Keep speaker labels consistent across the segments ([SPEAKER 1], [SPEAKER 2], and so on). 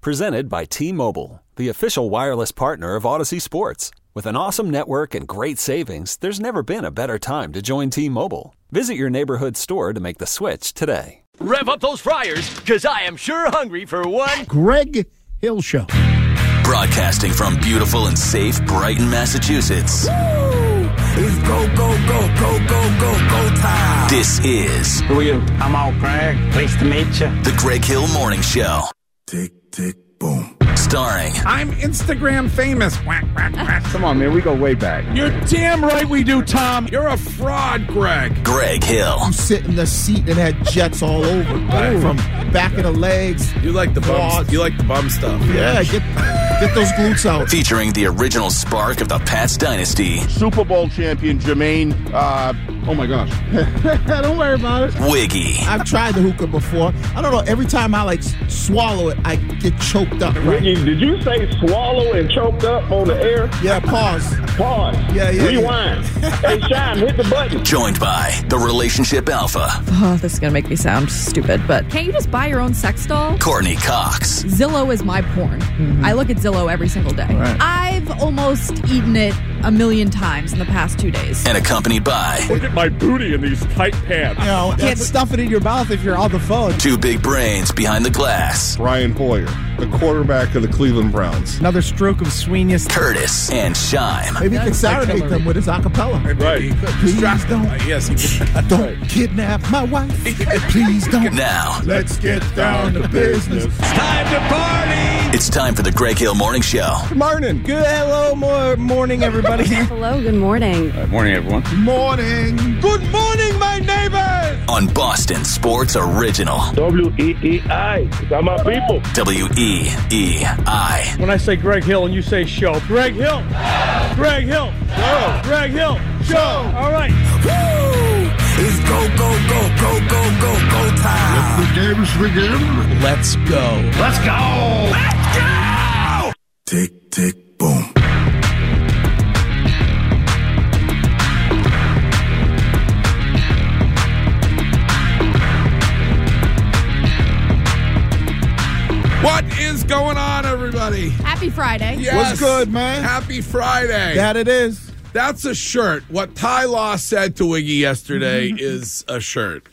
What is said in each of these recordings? [SPEAKER 1] Presented by T Mobile, the official wireless partner of Odyssey Sports. With an awesome network and great savings, there's never been a better time to join T Mobile. Visit your neighborhood store to make the switch today.
[SPEAKER 2] Rev up those fryers, because I am sure hungry for one.
[SPEAKER 3] Greg Hill Show.
[SPEAKER 4] Broadcasting from beautiful and safe Brighton, Massachusetts.
[SPEAKER 5] It's go, go, go, go, go, go, go time.
[SPEAKER 4] This is
[SPEAKER 6] Who are you? I'm Al Craig. Pleased to meet you.
[SPEAKER 4] the Greg Hill Morning Show,
[SPEAKER 5] Tick, tick, boom.
[SPEAKER 4] starring
[SPEAKER 3] I'm Instagram famous. Whack, whack, whack.
[SPEAKER 6] Come on, man. We go way back.
[SPEAKER 3] You're damn right we do, Tom. You're a fraud, Greg.
[SPEAKER 4] Greg Hill,
[SPEAKER 7] sit in the seat and had jets all over from back of the legs.
[SPEAKER 8] You like the bum.
[SPEAKER 7] Dogs.
[SPEAKER 8] You like the bum stuff.
[SPEAKER 7] Yeah, get get those glutes out.
[SPEAKER 4] featuring the original spark of the Pats dynasty,
[SPEAKER 6] Super Bowl champion Jermaine. Uh, oh my gosh. Don't worry about it.
[SPEAKER 4] Wiggy,
[SPEAKER 7] I've tried the hookah before. I don't know. Every time I like s- swallow it, I get choked up. Right?
[SPEAKER 9] Ricky, did you say swallow and choked up on the air?
[SPEAKER 7] Yeah, pause.
[SPEAKER 9] Pause.
[SPEAKER 7] Yeah, yeah,
[SPEAKER 9] Rewind. hey, Shine, hit the button.
[SPEAKER 4] joined by the relationship alpha,
[SPEAKER 10] Oh, this is going to make me sound stupid, but can't you just buy your own sex doll?
[SPEAKER 4] Courtney Cox,
[SPEAKER 10] Zillow is my porn.
[SPEAKER 7] Mm-hmm.
[SPEAKER 10] I look at Zillow every single day. I've almost eaten it a million times in the past two days.
[SPEAKER 4] and accompanied by
[SPEAKER 9] Look at my booty in these tight pants.
[SPEAKER 7] You know, can't stuff it in your mouth if you're on the phone.
[SPEAKER 4] two big brains behind the glass,
[SPEAKER 6] Brian Hoyer, the quarterback of the Cleveland Browns.
[SPEAKER 3] Another stroke of Sweeney's.
[SPEAKER 4] Curtis, and Shime.
[SPEAKER 7] Maybe he can serenade them with his acapella.
[SPEAKER 9] Right.
[SPEAKER 7] Please don't,
[SPEAKER 8] Yes, he
[SPEAKER 7] don't kidnap my wife. Please don't.
[SPEAKER 4] Now
[SPEAKER 7] Let's get down to business.
[SPEAKER 4] it's time for the Greg Hill Morning Show.
[SPEAKER 3] Morning. Good hello, more morning, everybody.
[SPEAKER 10] Hello, good morning.
[SPEAKER 6] morning, everyone.
[SPEAKER 7] Morning.
[SPEAKER 3] Good morning, my neighbors.
[SPEAKER 4] on Boston Sports Original.
[SPEAKER 9] W E E I. Got my people.
[SPEAKER 4] W E E I.
[SPEAKER 9] When I say Greg Hill and you say show, Greg Hill. Greg Hill. Show. Greg Hill. Show. All right.
[SPEAKER 5] Woo! It's go, go, go, go, go, go, go time. Let the games begin.
[SPEAKER 8] Let's go.
[SPEAKER 5] Let's go. Let's go! Tick, tick, boom.
[SPEAKER 3] What is going on, everybody?
[SPEAKER 10] Happy Friday.
[SPEAKER 3] Yes.
[SPEAKER 7] good, man?
[SPEAKER 3] Happy Friday.
[SPEAKER 7] That it is.
[SPEAKER 3] That's a shirt. What Ty Law said to Wiggy yesterday is a shirt.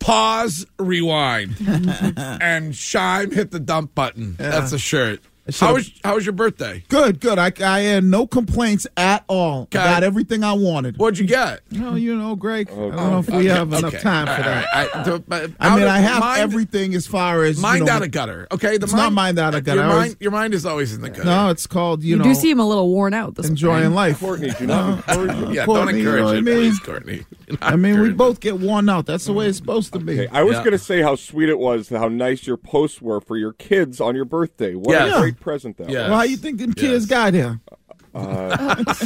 [SPEAKER 3] Pause, rewind, and Shime hit the dump button. That's a shirt. How was how was your birthday?
[SPEAKER 7] Good, good. I, I had no complaints at all
[SPEAKER 3] Okay.
[SPEAKER 7] about everything I wanted.
[SPEAKER 3] What'd you get?
[SPEAKER 7] No, you know, Greg. I don't know if we have enough
[SPEAKER 3] Okay.
[SPEAKER 7] time
[SPEAKER 3] All
[SPEAKER 7] for
[SPEAKER 3] right.
[SPEAKER 7] that.
[SPEAKER 3] I, the- but
[SPEAKER 7] I mean,
[SPEAKER 3] out of-
[SPEAKER 7] I have
[SPEAKER 3] mind-
[SPEAKER 7] everything as far as you
[SPEAKER 3] Mind
[SPEAKER 7] know,
[SPEAKER 3] out of gutter. Okay, the
[SPEAKER 7] It's not mind out of gutter.
[SPEAKER 3] Your
[SPEAKER 7] I was-
[SPEAKER 3] mind, your mind is always in the gutter.
[SPEAKER 7] No, it's called you,
[SPEAKER 10] You
[SPEAKER 7] know
[SPEAKER 10] do seem a little worn out this
[SPEAKER 7] enjoying
[SPEAKER 10] morning.
[SPEAKER 7] life.
[SPEAKER 6] do not encourage
[SPEAKER 7] Courtney,
[SPEAKER 3] yeah, don't
[SPEAKER 7] you know
[SPEAKER 3] encourage
[SPEAKER 7] what I
[SPEAKER 3] it,
[SPEAKER 7] mean?
[SPEAKER 3] please, Courtney. You're not
[SPEAKER 7] I mean, we
[SPEAKER 3] encouraging.
[SPEAKER 7] both get worn out. That's the way it's supposed to be.
[SPEAKER 6] I was
[SPEAKER 3] Yeah.
[SPEAKER 6] going to say how sweet it was, how nice your posts were for your kids on your birthday. What
[SPEAKER 3] Yes.
[SPEAKER 6] a great present that
[SPEAKER 3] Yes.
[SPEAKER 7] Well, how you think them kids
[SPEAKER 3] Yes.
[SPEAKER 7] got here?
[SPEAKER 6] Uh, was.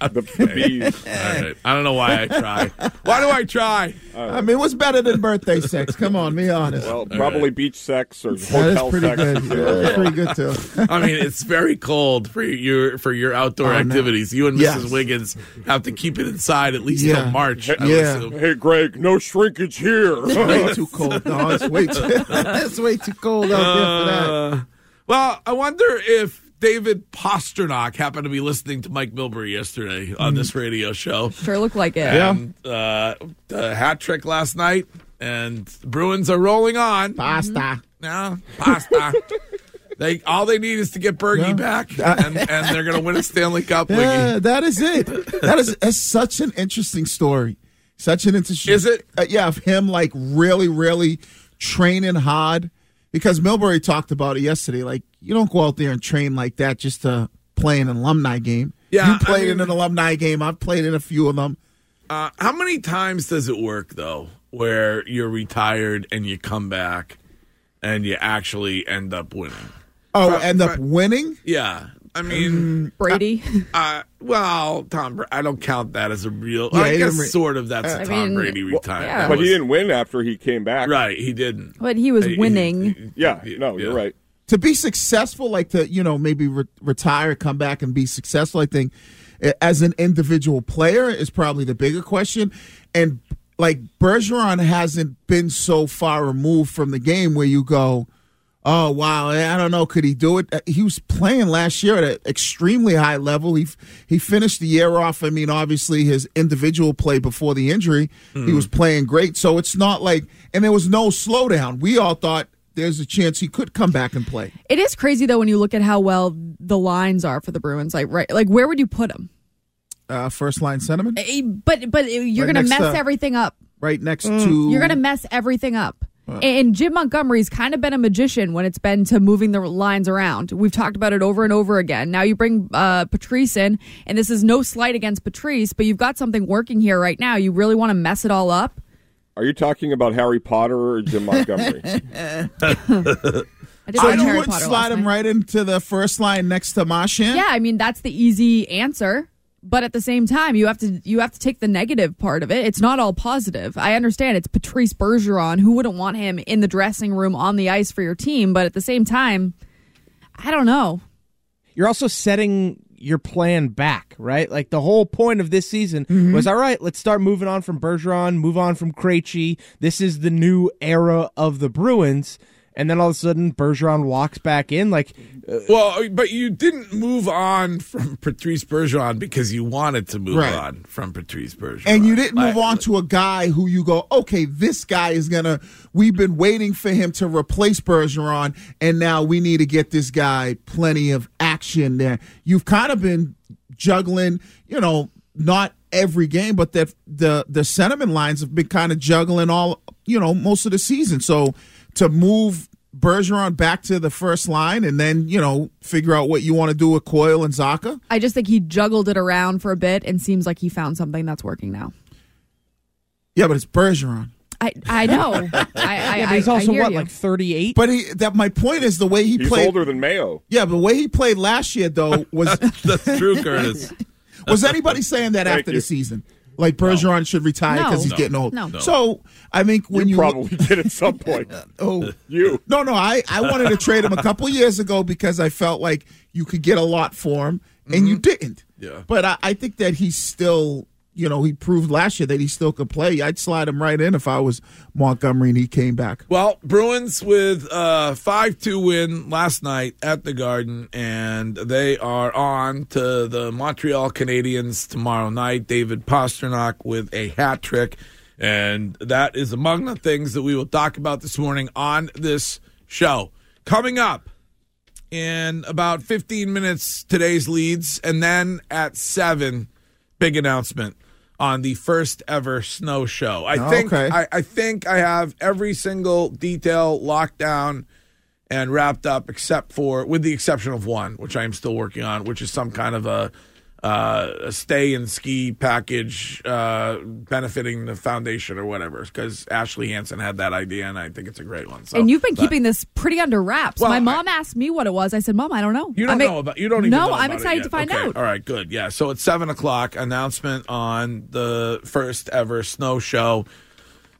[SPEAKER 6] The, the bees.
[SPEAKER 3] All right. I don't know why I try. why do I try?
[SPEAKER 7] I mean, what's better than birthday sex? Come on, be honest.
[SPEAKER 6] Well, probably beach sex or
[SPEAKER 7] that is
[SPEAKER 6] hotel
[SPEAKER 7] pretty
[SPEAKER 6] sex.
[SPEAKER 7] good. Yeah, that's pretty good too.
[SPEAKER 3] I mean, it's very cold for your for your outdoor activities. You and Mrs.
[SPEAKER 7] Oh, Yes.
[SPEAKER 3] Wiggins have to keep it inside at least
[SPEAKER 7] Yeah.
[SPEAKER 3] till March. I would
[SPEAKER 7] Yeah.
[SPEAKER 3] assume.
[SPEAKER 6] Hey, Greg, no shrinkage here.
[SPEAKER 7] way too cold. No, it's way too. it's way too cold out there for that.
[SPEAKER 3] Uh, well, I wonder if David Posternock happened to be listening to Mike Milbury yesterday
[SPEAKER 7] Hmm.
[SPEAKER 3] on this radio show.
[SPEAKER 10] Sure look like it.
[SPEAKER 3] And, uh, the hat trick last night, and the Bruins are rolling on.
[SPEAKER 7] Pasta.
[SPEAKER 3] No, pasta. they all they need is to get Bergie
[SPEAKER 7] Yeah.
[SPEAKER 3] back, and, and they're going to win a Stanley Cup. Wiggy.
[SPEAKER 7] Yeah, that is it. That is it's such an interesting story. Such an interesting.
[SPEAKER 3] Is it?
[SPEAKER 7] Uh, yeah, of him like really, really training hard because Milbury talked about it yesterday. Like you don't go out there and train like that just to play an alumni game.
[SPEAKER 3] Yeah,
[SPEAKER 7] you played
[SPEAKER 3] I mean-
[SPEAKER 7] in an alumni game. I've played in a few of them.
[SPEAKER 3] Uh, how many times does it work though, where you're retired and you come back and you actually end up winning?
[SPEAKER 7] Oh, end up winning?
[SPEAKER 3] Yeah. I mean,
[SPEAKER 10] Brady.
[SPEAKER 3] Mm. Uh, well, Tom. Bra- I don't count that as a real.
[SPEAKER 6] Yeah,
[SPEAKER 3] I
[SPEAKER 6] he
[SPEAKER 3] guess
[SPEAKER 6] didn't re-
[SPEAKER 3] sort of. That's a
[SPEAKER 10] I
[SPEAKER 3] Tom
[SPEAKER 10] mean,
[SPEAKER 3] Brady
[SPEAKER 10] well,
[SPEAKER 3] retirement.
[SPEAKER 10] yeah.
[SPEAKER 6] But he
[SPEAKER 3] That
[SPEAKER 6] didn't win after he came back.
[SPEAKER 3] was- right. He didn't.
[SPEAKER 10] But he was
[SPEAKER 3] Hey,
[SPEAKER 10] winning.
[SPEAKER 6] Yeah. No, you're right.
[SPEAKER 7] to be successful, like to you know maybe re- retire, come back and be successful. I think eh, as an individual player is probably the bigger question, and like Bergeron hasn't been so far removed from the game where you go, oh wow, eh, I don't know, could he do it? Eh, He was playing last year at an extremely high level. He f- he finished the year off. I mean, obviously his individual play before the injury, he Hmm.
[SPEAKER 11] Mhm.
[SPEAKER 7] was playing great. So it's not like, and there was no slowdown. We all thought. There's a chance he could come back and play.
[SPEAKER 10] It is crazy though when you look at how well the lines are for the Bruins. Like right, like where would you put them?
[SPEAKER 7] uh, first line sentiment
[SPEAKER 10] Eh, But but you're
[SPEAKER 7] Right
[SPEAKER 10] gonna
[SPEAKER 7] next
[SPEAKER 10] mess
[SPEAKER 7] to-
[SPEAKER 10] everything up.
[SPEAKER 7] right next to
[SPEAKER 10] Mm. You're going to mess everything up.
[SPEAKER 7] Wow.
[SPEAKER 10] And Jim Montgomery's kind of been a magician when it's been to moving the lines around. We've talked about it over and over again. Now you bring uh, Patrice in, and this is no slight against Patrice, but you've got something working here right now. You really want to mess it all up?
[SPEAKER 6] Are you talking about Harry Potter or Jim Montgomery?
[SPEAKER 10] I
[SPEAKER 7] so
[SPEAKER 10] watch
[SPEAKER 7] you
[SPEAKER 10] Harry
[SPEAKER 7] would
[SPEAKER 10] Potter
[SPEAKER 7] slide
[SPEAKER 10] last
[SPEAKER 7] him right into the first line next to Marshan.
[SPEAKER 10] Yeah, I mean that's the easy answer. But at the same time, you have to you have to take the negative part of it. It's not all positive. I understand it's Patrice Bergeron. Who wouldn't want him in the dressing room on the ice for your team? But at the same time, I don't know.
[SPEAKER 12] You're also setting your plan back, right? Like the whole point of this season
[SPEAKER 3] Mm-hmm.
[SPEAKER 12] was all right, let's start moving on from Bergeron, move on from Krejci. This is the new era of the Bruins. And then all of a sudden, Bergeron walks back in. Like, uh,
[SPEAKER 3] Well, but you didn't move on from Patrice Bergeron because you wanted to move
[SPEAKER 7] Right.
[SPEAKER 3] on from Patrice Bergeron.
[SPEAKER 7] And you didn't move on to a guy who you go, okay, this guy is gonna. We've been waiting for him to replace Bergeron, and now we need to get this guy plenty of action there. You've kind of been juggling, you know, not every game, but that the the sentiment lines have been kind of juggling all, you know, most of the season. So to move Bergeron back to the first line, and then you know figure out what you want to do with Coyle and Zaka.
[SPEAKER 10] I just think he juggled it around for a bit and seems like he found something that's working now.
[SPEAKER 7] Yeah, but it's Bergeron.
[SPEAKER 10] I I know. I, I,
[SPEAKER 12] Yeah, but he's
[SPEAKER 10] I- I
[SPEAKER 12] also,
[SPEAKER 10] hear
[SPEAKER 12] what,
[SPEAKER 10] you.
[SPEAKER 12] like 38?
[SPEAKER 7] But he, that my point is the way he
[SPEAKER 6] He's
[SPEAKER 7] played.
[SPEAKER 6] older than Mayo.
[SPEAKER 7] Yeah, but the way he played last year though was
[SPEAKER 3] That's true, Curtis.
[SPEAKER 7] was anybody saying that
[SPEAKER 6] Thank
[SPEAKER 7] after
[SPEAKER 6] you.
[SPEAKER 7] the season? Like Bergeron should retire because
[SPEAKER 10] No.
[SPEAKER 7] he's
[SPEAKER 10] No.
[SPEAKER 7] getting old.
[SPEAKER 10] No.
[SPEAKER 7] So I think when you,
[SPEAKER 6] probably did at some point.
[SPEAKER 7] oh
[SPEAKER 6] you
[SPEAKER 7] no no I I wanted to trade him a couple years ago because I felt like you could get a lot for him and
[SPEAKER 6] Mm-hmm.
[SPEAKER 7] you didn't.
[SPEAKER 3] Yeah.
[SPEAKER 7] But I, I think that he's still you know he proved last year that he still could play. I'd slide him right in if I was Montgomery and he came back.
[SPEAKER 3] Well, Bruins with a 5 2 win last night at the Garden, and they are on to the Montreal Canadiens tomorrow night. David Pasternak with a hat trick. And that is among the things that we will talk about this morning on this show. Coming up in about 15 minutes, today's leads, and then at 7, big announcement on the first ever snow show. I
[SPEAKER 7] Oh,
[SPEAKER 3] think
[SPEAKER 7] okay.
[SPEAKER 3] I, I think I have every single detail locked down and wrapped up, except for with the exception of one, which I am still working on, which is some kind of a, uh, a stay and ski package uh, benefiting the foundation or whatever. Because Ashley Hansen had that idea, and I think it's a great one. So,
[SPEAKER 10] and you've been
[SPEAKER 3] but-
[SPEAKER 10] keeping this pretty under wraps.
[SPEAKER 3] Well,
[SPEAKER 10] My mom asked me what it was. I said, "Mom, I don't know."
[SPEAKER 3] You don't
[SPEAKER 10] I'm
[SPEAKER 3] know about you don't even
[SPEAKER 10] No,
[SPEAKER 3] know about
[SPEAKER 10] I'm
[SPEAKER 3] it
[SPEAKER 10] excited
[SPEAKER 3] yet.
[SPEAKER 10] to find
[SPEAKER 3] Okay.
[SPEAKER 10] out.
[SPEAKER 3] All right, good. Yeah. So it's seven o'clock announcement on the first ever snow show.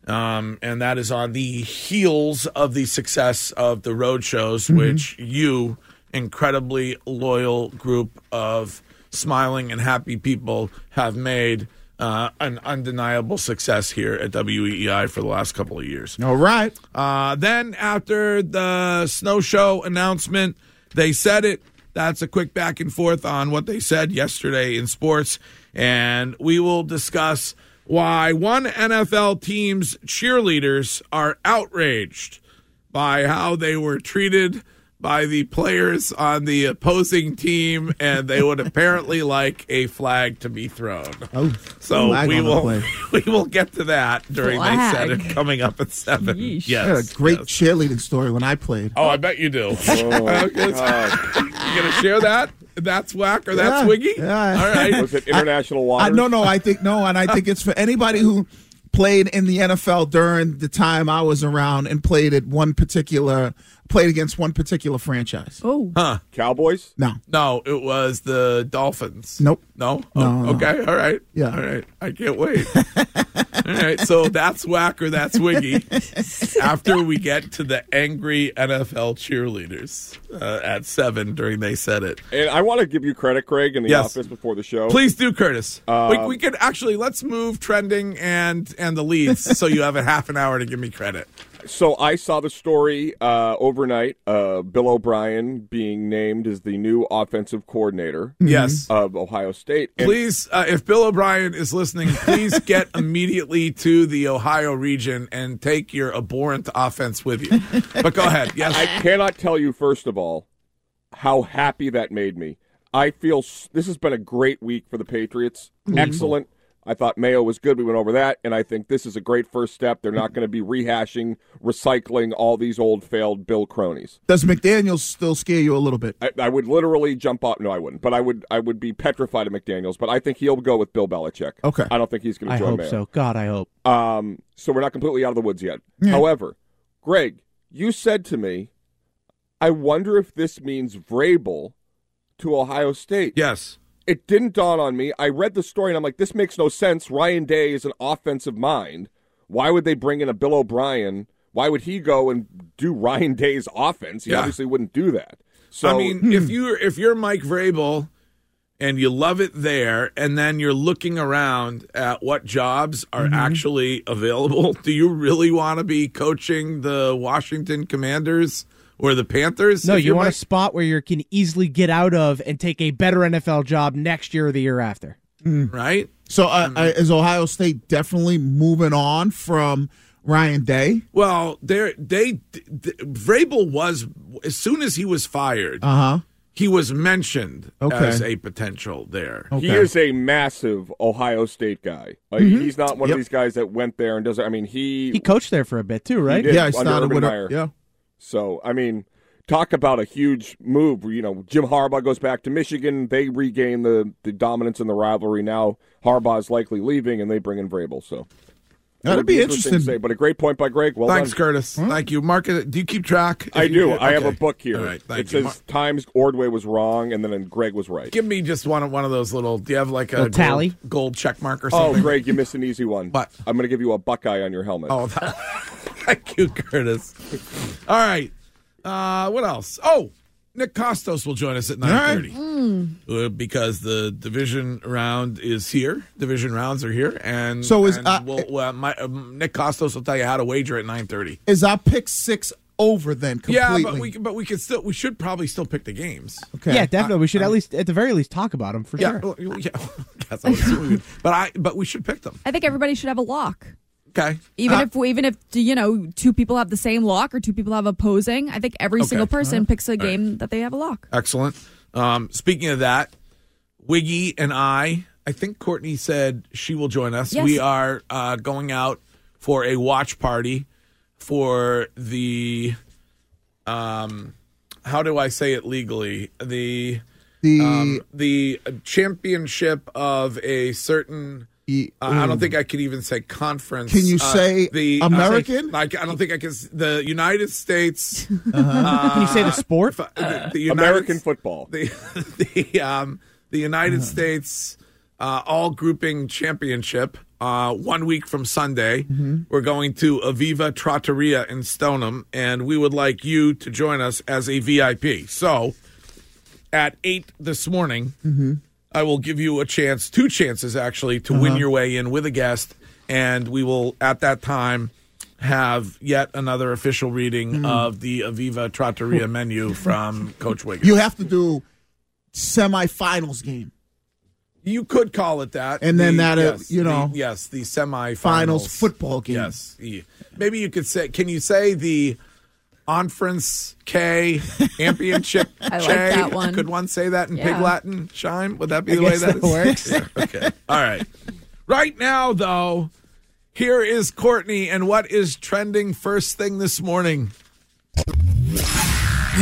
[SPEAKER 3] Um, and that is on the heels of the success of the road shows,
[SPEAKER 10] Mm-hmm.
[SPEAKER 3] which you, incredibly loyal group of smiling and happy people, have made uh, an undeniable success here at WEEI for the last couple of years.
[SPEAKER 7] All right.
[SPEAKER 3] Uh, then after the snow show announcement, they said it. That's a quick back and forth on what they said yesterday in sports, and we will discuss why one NFL team's cheerleaders are outraged by how they were treated by the players on the opposing team, and they would apparently like a flag to be thrown.
[SPEAKER 7] Oh,
[SPEAKER 3] So
[SPEAKER 7] flag
[SPEAKER 3] we
[SPEAKER 7] on the
[SPEAKER 3] will
[SPEAKER 7] play.
[SPEAKER 3] we will get to that during they said
[SPEAKER 10] Flag.
[SPEAKER 3] it coming up at seven.
[SPEAKER 7] I had a
[SPEAKER 3] Yes.
[SPEAKER 7] great cheerleading story when I played.
[SPEAKER 3] Oh, I bet you
[SPEAKER 7] Oh,
[SPEAKER 3] do. Okay, so- you gonna share that? That's whack or that's
[SPEAKER 7] Yeah,
[SPEAKER 3] wiggy?
[SPEAKER 7] yeah.
[SPEAKER 3] All right.
[SPEAKER 6] Was it international
[SPEAKER 7] I,
[SPEAKER 6] waters?
[SPEAKER 7] Uh, no, no, I think no, and I think it's for anybody who played in the NFL during the time I was around and played at one particular played against one particular franchise.
[SPEAKER 10] Oh.
[SPEAKER 3] Huh.
[SPEAKER 6] Cowboys?
[SPEAKER 7] No.
[SPEAKER 3] No, it was the Dolphins.
[SPEAKER 7] Nope.
[SPEAKER 3] No?
[SPEAKER 7] No, no.
[SPEAKER 3] Oh, Okay. All right.
[SPEAKER 7] Yeah.
[SPEAKER 3] All right. I can't wait. All right. So that's Whacker, that's Wiggy. After we get to the angry NFL cheerleaders uh, at seven during They Said It.
[SPEAKER 6] And I want to give you credit, Craig, in the
[SPEAKER 3] Yes.
[SPEAKER 6] office before the show.
[SPEAKER 3] Please do, Curtis. we,
[SPEAKER 6] Um,
[SPEAKER 3] we could actually let's move trending and and the leads so you have a half an hour to give me credit.
[SPEAKER 6] So I saw the story uh, overnight. Uh, Bill O'Brien being named as the new offensive coordinator.
[SPEAKER 3] Yes.
[SPEAKER 6] of Ohio State. And-
[SPEAKER 3] Please, uh, if Bill O'Brien is listening, please get immediately to the Ohio region and take your abhorrent offense with you. But go ahead. Yes.
[SPEAKER 6] I cannot tell you first of all how happy that made me. I feel s- this has been a great week for the Patriots. Excellent. I thought Mayo was good. We went over that, and I think this is a great first step. They're not going to be rehashing, recycling all these old failed Bill cronies.
[SPEAKER 7] Does McDaniels still scare you a little bit?
[SPEAKER 6] I, I would literally jump off. No, I wouldn't. But I would. I would be petrified of McDaniel's. But I think he'll go with Bill Belichick.
[SPEAKER 7] Okay.
[SPEAKER 6] I don't think he's going to
[SPEAKER 12] I
[SPEAKER 6] join
[SPEAKER 12] hope
[SPEAKER 6] Mayo.
[SPEAKER 12] so. God, I hope.
[SPEAKER 6] Um, so we're not completely out of the woods yet.
[SPEAKER 12] Yeah.
[SPEAKER 6] However, Greg, you said to me, I wonder if this means Vrabel to Ohio State.
[SPEAKER 3] Yes.
[SPEAKER 6] It didn't dawn on me. I read the story and I'm like, this makes no sense. Ryan Day is an offensive mind. Why would they bring in a Bill O'Brien? Why would he go and do Ryan Day's offense? He
[SPEAKER 3] Yeah.
[SPEAKER 6] obviously wouldn't do that. So
[SPEAKER 3] I mean, if you're if you're Mike Vrabel and you love it there, and then you're looking around at what jobs are actually available, do you really want to be coaching the Washington Commanders or the Panthers?
[SPEAKER 12] No,
[SPEAKER 3] If
[SPEAKER 12] you
[SPEAKER 3] you're
[SPEAKER 12] want a
[SPEAKER 3] Mike-
[SPEAKER 12] spot where you can easily get out of and take a better NFL job next year or the year after.
[SPEAKER 3] right?
[SPEAKER 7] So uh,
[SPEAKER 3] Mm.
[SPEAKER 7] uh, is Ohio State definitely moving on from Ryan Day?
[SPEAKER 3] Well, they they d- d- Vrabel was as soon as he was fired,
[SPEAKER 7] Uh huh.
[SPEAKER 3] he was mentioned
[SPEAKER 7] Okay.
[SPEAKER 3] as a potential there.
[SPEAKER 6] He is a massive Ohio State guy. Like,
[SPEAKER 3] Mm-hmm.
[SPEAKER 12] Mhm.
[SPEAKER 6] He's not one
[SPEAKER 12] Yep.
[SPEAKER 6] of these guys that went there and doesn't. I mean, he
[SPEAKER 12] He coached there for a bit too, right?
[SPEAKER 6] He did, under Urban
[SPEAKER 12] a-
[SPEAKER 6] Meyer. So I mean, talk about a huge move. You know, Jim Harbaugh goes back to Michigan. They regain the the dominance in the rivalry. Now Harbaugh's likely leaving, and they bring in Vrabel. So
[SPEAKER 3] That'd
[SPEAKER 6] It would
[SPEAKER 3] be
[SPEAKER 6] to
[SPEAKER 3] interesting.
[SPEAKER 6] say, but a great point by Greg. Well
[SPEAKER 3] Thanks,
[SPEAKER 6] done.
[SPEAKER 3] Curtis. Thank you. Mark, it- do you keep track? If
[SPEAKER 6] I
[SPEAKER 3] you
[SPEAKER 6] do. I have a
[SPEAKER 3] okay.
[SPEAKER 6] book here.
[SPEAKER 3] All right, thank
[SPEAKER 6] it
[SPEAKER 3] you.
[SPEAKER 6] says
[SPEAKER 3] Mark,
[SPEAKER 6] times Ordway was wrong, and then Greg was right.
[SPEAKER 3] give me just one one of those little. Do you have like a
[SPEAKER 6] Little tally?
[SPEAKER 3] gold, gold check mark or
[SPEAKER 6] Oh,
[SPEAKER 3] something?
[SPEAKER 6] Greg, you missed an easy one. But I'm going to give you a Buckeye on your helmet.
[SPEAKER 3] Oh, that, thank you, Curtis. All right. Uh, what else? Oh, Nick Costos will join us at nine thirty.
[SPEAKER 10] Hmm.
[SPEAKER 3] Uh, because the division round is here. Division rounds are here, and
[SPEAKER 7] So is,
[SPEAKER 3] and
[SPEAKER 7] uh,
[SPEAKER 3] we'll, well, my, um, Nick Costos will tell you how to wager at nine thirty.
[SPEAKER 7] Is our pick six over then completely?
[SPEAKER 3] Yeah, but we but we could still we should probably still pick the games.
[SPEAKER 12] Yeah, definitely. we should at least, at the very least, talk about him for
[SPEAKER 3] yeah,
[SPEAKER 12] sure.
[SPEAKER 3] well, yeah. Yes, I would assume we would. but I but we should pick them.
[SPEAKER 10] I think everybody should have a lock.
[SPEAKER 3] Okay,
[SPEAKER 10] Even
[SPEAKER 3] Uh,
[SPEAKER 10] if even if you know two people have the same lock or two people have opposing, I think
[SPEAKER 3] Okay.
[SPEAKER 10] every
[SPEAKER 3] Uh-huh.
[SPEAKER 10] single person picks a
[SPEAKER 3] All right.
[SPEAKER 10] game that they have a lock.
[SPEAKER 3] Excellent. Um, speaking of that, Wiggy and I, I think Courtney said she will join us.
[SPEAKER 10] Yes.
[SPEAKER 3] We are uh, going out for a watch party for the, um, how do I say it legally? The um,
[SPEAKER 7] the
[SPEAKER 3] the championship of a certain. uh, I don't think I could even say conference.
[SPEAKER 7] E um, Can you
[SPEAKER 3] Uh,
[SPEAKER 7] say
[SPEAKER 3] the
[SPEAKER 7] American? Uh-huh.
[SPEAKER 3] Like I don't think I can. s- The United States.
[SPEAKER 12] Uh-huh. Can you say the
[SPEAKER 3] uh,
[SPEAKER 12] sport?
[SPEAKER 3] the, the United-
[SPEAKER 6] American football. Uh-huh.
[SPEAKER 3] the the um the United States uh, all grouping championship. Uh, one week from Sunday,
[SPEAKER 6] Mm-hmm.
[SPEAKER 3] we're going to Aviva Trattoria in Stoneham, and we would like you to join us as a VIP. So, at eight this morning,
[SPEAKER 6] Mm-hmm.
[SPEAKER 3] I will give you a chance, two chances actually, to
[SPEAKER 6] Uh-huh.
[SPEAKER 3] win your way in with a guest, and we will at that time have yet another official reading
[SPEAKER 7] Hmm.
[SPEAKER 3] of the Aviva Trattoria menu from Coach Wiggins.
[SPEAKER 7] You have to do semifinals game.
[SPEAKER 3] You could call it that,
[SPEAKER 7] And then that, uh, you
[SPEAKER 3] the-
[SPEAKER 7] know,
[SPEAKER 3] yes, the semifinals
[SPEAKER 7] finals football game.
[SPEAKER 3] Yes, the- maybe you could say. Can you say the conference K championship?
[SPEAKER 10] I like
[SPEAKER 3] K?
[SPEAKER 10] that one.
[SPEAKER 3] Could one say that in
[SPEAKER 10] Yeah.
[SPEAKER 3] Pig Latin? Chime? Would that be
[SPEAKER 12] I
[SPEAKER 3] the way
[SPEAKER 12] guess
[SPEAKER 3] that,
[SPEAKER 12] that
[SPEAKER 3] is?
[SPEAKER 12] works.
[SPEAKER 3] Yeah, okay. All right. Right now, though, here is Courtney, and what is trending first thing this morning?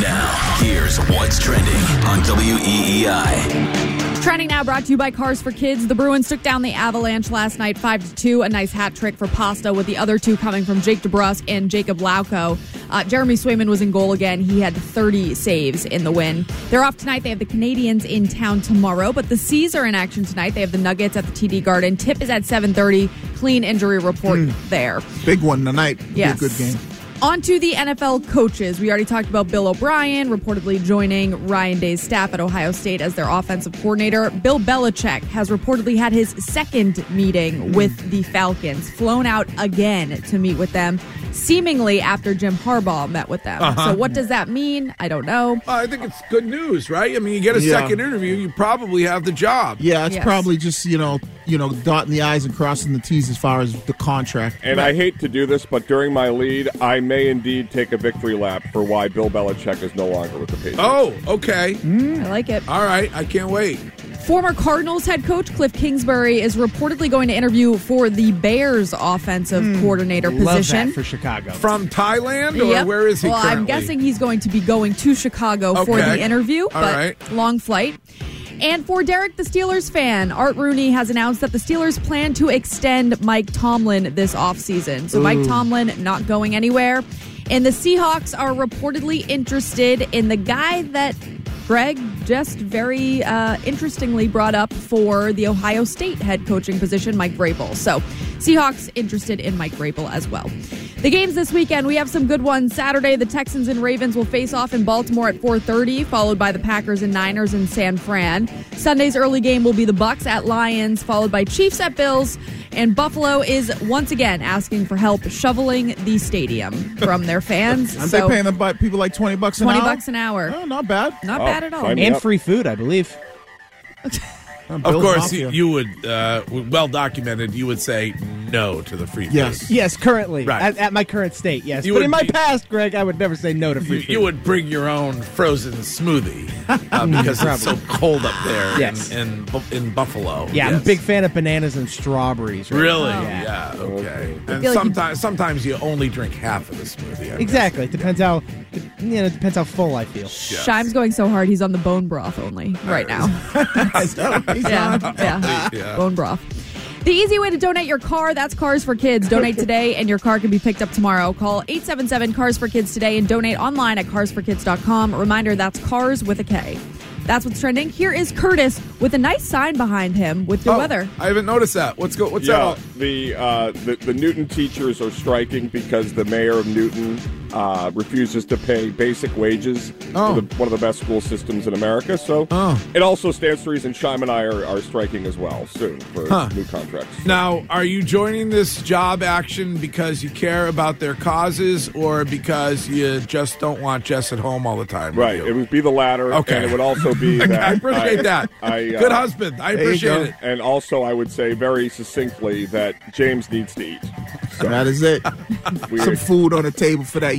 [SPEAKER 4] Now, here's what's trending on E WEEI.
[SPEAKER 10] Trending now brought to you by Cars for Kids. The Bruins took down the Avalanche last night 5 to 2. A nice hat trick for Pasta with the other two coming from Jake DeBrusque and Jacob Lauko. Uh, Jeremy Swayman was in goal again. He had 30 saves in the win. They're off tonight. They have the Canadians in town tomorrow, but the Seas are in action tonight. They have the Nuggets at the TD Garden. Tip is at 7:30. Clean injury report there.
[SPEAKER 7] Big one tonight. Be
[SPEAKER 10] Yes.
[SPEAKER 7] a good game.
[SPEAKER 10] On to the NFL coaches. We already talked about Bill O'Brien reportedly joining Ryan Day's staff at Ohio State as their offensive coordinator. Bill Belichick has reportedly had his second meeting with the Falcons, flown out again to meet with them, seemingly after Jim Harbaugh met with them.
[SPEAKER 3] Uh-huh.
[SPEAKER 10] So, what does that mean? I don't know.
[SPEAKER 3] I think it's good news, right? I mean, you get a
[SPEAKER 7] Yeah.
[SPEAKER 3] second interview, you probably have the job.
[SPEAKER 7] Yeah, it's
[SPEAKER 3] Yes.
[SPEAKER 7] probably just you know you know dotting the i's and crossing the t's as far as the contract.
[SPEAKER 6] And I hate to do this, but during my lead, I may indeed take a victory lap for why Bill Belichick is no longer with the Patriots.
[SPEAKER 3] Oh, okay.
[SPEAKER 7] Hmm?
[SPEAKER 10] I like it.
[SPEAKER 3] All right, I can't wait.
[SPEAKER 10] Former Cardinals head coach Cliff Kingsbury is reportedly going to interview for the Bears offensive coordinator
[SPEAKER 12] Hmm. Love
[SPEAKER 10] position.
[SPEAKER 12] that for Chicago.
[SPEAKER 3] From Thailand, or
[SPEAKER 10] Yep.
[SPEAKER 3] where is he
[SPEAKER 10] Well, I'm
[SPEAKER 3] currently?
[SPEAKER 10] guessing he's going to be going to Chicago for
[SPEAKER 3] Okay.
[SPEAKER 10] the interview,
[SPEAKER 3] All
[SPEAKER 10] but
[SPEAKER 3] right.
[SPEAKER 10] long flight. And for Derek the Steelers fan, Art Rooney has announced that the Steelers plan to extend Mike Tomlin this offseason. So Mike
[SPEAKER 11] Ooh.
[SPEAKER 10] Tomlin not going anywhere. And the Seahawks are reportedly interested in the guy that Greg just very uh, interestingly brought up for the Ohio State head coaching position, Mike Vrabel. So Seahawks interested in Mike Vrabel as well. The games this weekend, we have some good ones. Saturday, the Texans and Ravens will face off in Baltimore at 4:30, followed by the Packers and Niners in San Fran. Sunday's early game will be the Bucks at Lions, followed by Chiefs at Bills, and Buffalo is once again asking for help shoveling the stadium from their fans.
[SPEAKER 7] Aren't
[SPEAKER 10] So-
[SPEAKER 7] they paying the bu- people like twenty bucks an
[SPEAKER 10] 20
[SPEAKER 7] hour?
[SPEAKER 10] bucks an hour.
[SPEAKER 7] Oh, not bad.
[SPEAKER 10] Not bad at all.
[SPEAKER 12] And free food, I believe.
[SPEAKER 3] Of course, you, you would, uh, well documented, you would say no to the free food.
[SPEAKER 12] Yes, currently.
[SPEAKER 3] Right.
[SPEAKER 12] At, at my current state, yes.
[SPEAKER 3] You
[SPEAKER 12] but
[SPEAKER 3] would
[SPEAKER 12] in my
[SPEAKER 3] be-
[SPEAKER 12] past, Greg, I would never say no to
[SPEAKER 3] You,
[SPEAKER 12] free food.
[SPEAKER 3] you would bring your own frozen smoothie uh, because it's so cold up there
[SPEAKER 12] Yes.
[SPEAKER 3] in, in, Bu- in Buffalo.
[SPEAKER 12] Yeah, I'm a
[SPEAKER 3] oh, Yes.
[SPEAKER 12] big fan of bananas and strawberries. right
[SPEAKER 3] Really?
[SPEAKER 12] now.
[SPEAKER 3] Yeah. Okay. And
[SPEAKER 12] feel like you-
[SPEAKER 3] sometimes, sometimes you only drink half of the smoothie. I guess.
[SPEAKER 12] Exactly. It depends how, you know, it depends how full I feel.
[SPEAKER 10] Shime's going so hard, he's on the bone broth only right now. yeah, yeah.
[SPEAKER 12] Yeah.
[SPEAKER 10] Bone broth. The easy way to donate your car, that's Cars for Kids. Donate today and your car can be picked up tomorrow. Call 877 Cars for Kids today and donate online at carsforkids.com. Reminder that's Cars with a K. That's what's trending. Here is Curtis with a nice sign behind him with your
[SPEAKER 6] Oh.
[SPEAKER 10] weather.
[SPEAKER 3] I haven't noticed that. What's go? What's
[SPEAKER 6] yeah,
[SPEAKER 3] that? all-
[SPEAKER 6] The, uh, the the Newton teachers are striking because the mayor of Newton uh, refuses to pay basic wages
[SPEAKER 3] Oh.
[SPEAKER 6] to the, one of the best school systems in America. So
[SPEAKER 3] Oh.
[SPEAKER 6] it also stands to reason Shime and I are, are striking as well soon for
[SPEAKER 3] Huh.
[SPEAKER 6] new contracts.
[SPEAKER 3] Now, are you joining this job action because you care about their causes or because you just don't want Jess at home all the time? with
[SPEAKER 6] Right.
[SPEAKER 3] you?
[SPEAKER 6] It would be the latter.
[SPEAKER 3] Okay.
[SPEAKER 6] And it would also be
[SPEAKER 3] I
[SPEAKER 6] that. uh,
[SPEAKER 3] appreciate that. Good husband. I There you appreciate go. it.
[SPEAKER 6] And also, I would say very succinctly that James needs to eat.
[SPEAKER 7] That is it. Some
[SPEAKER 6] Weird.
[SPEAKER 7] food on the table for that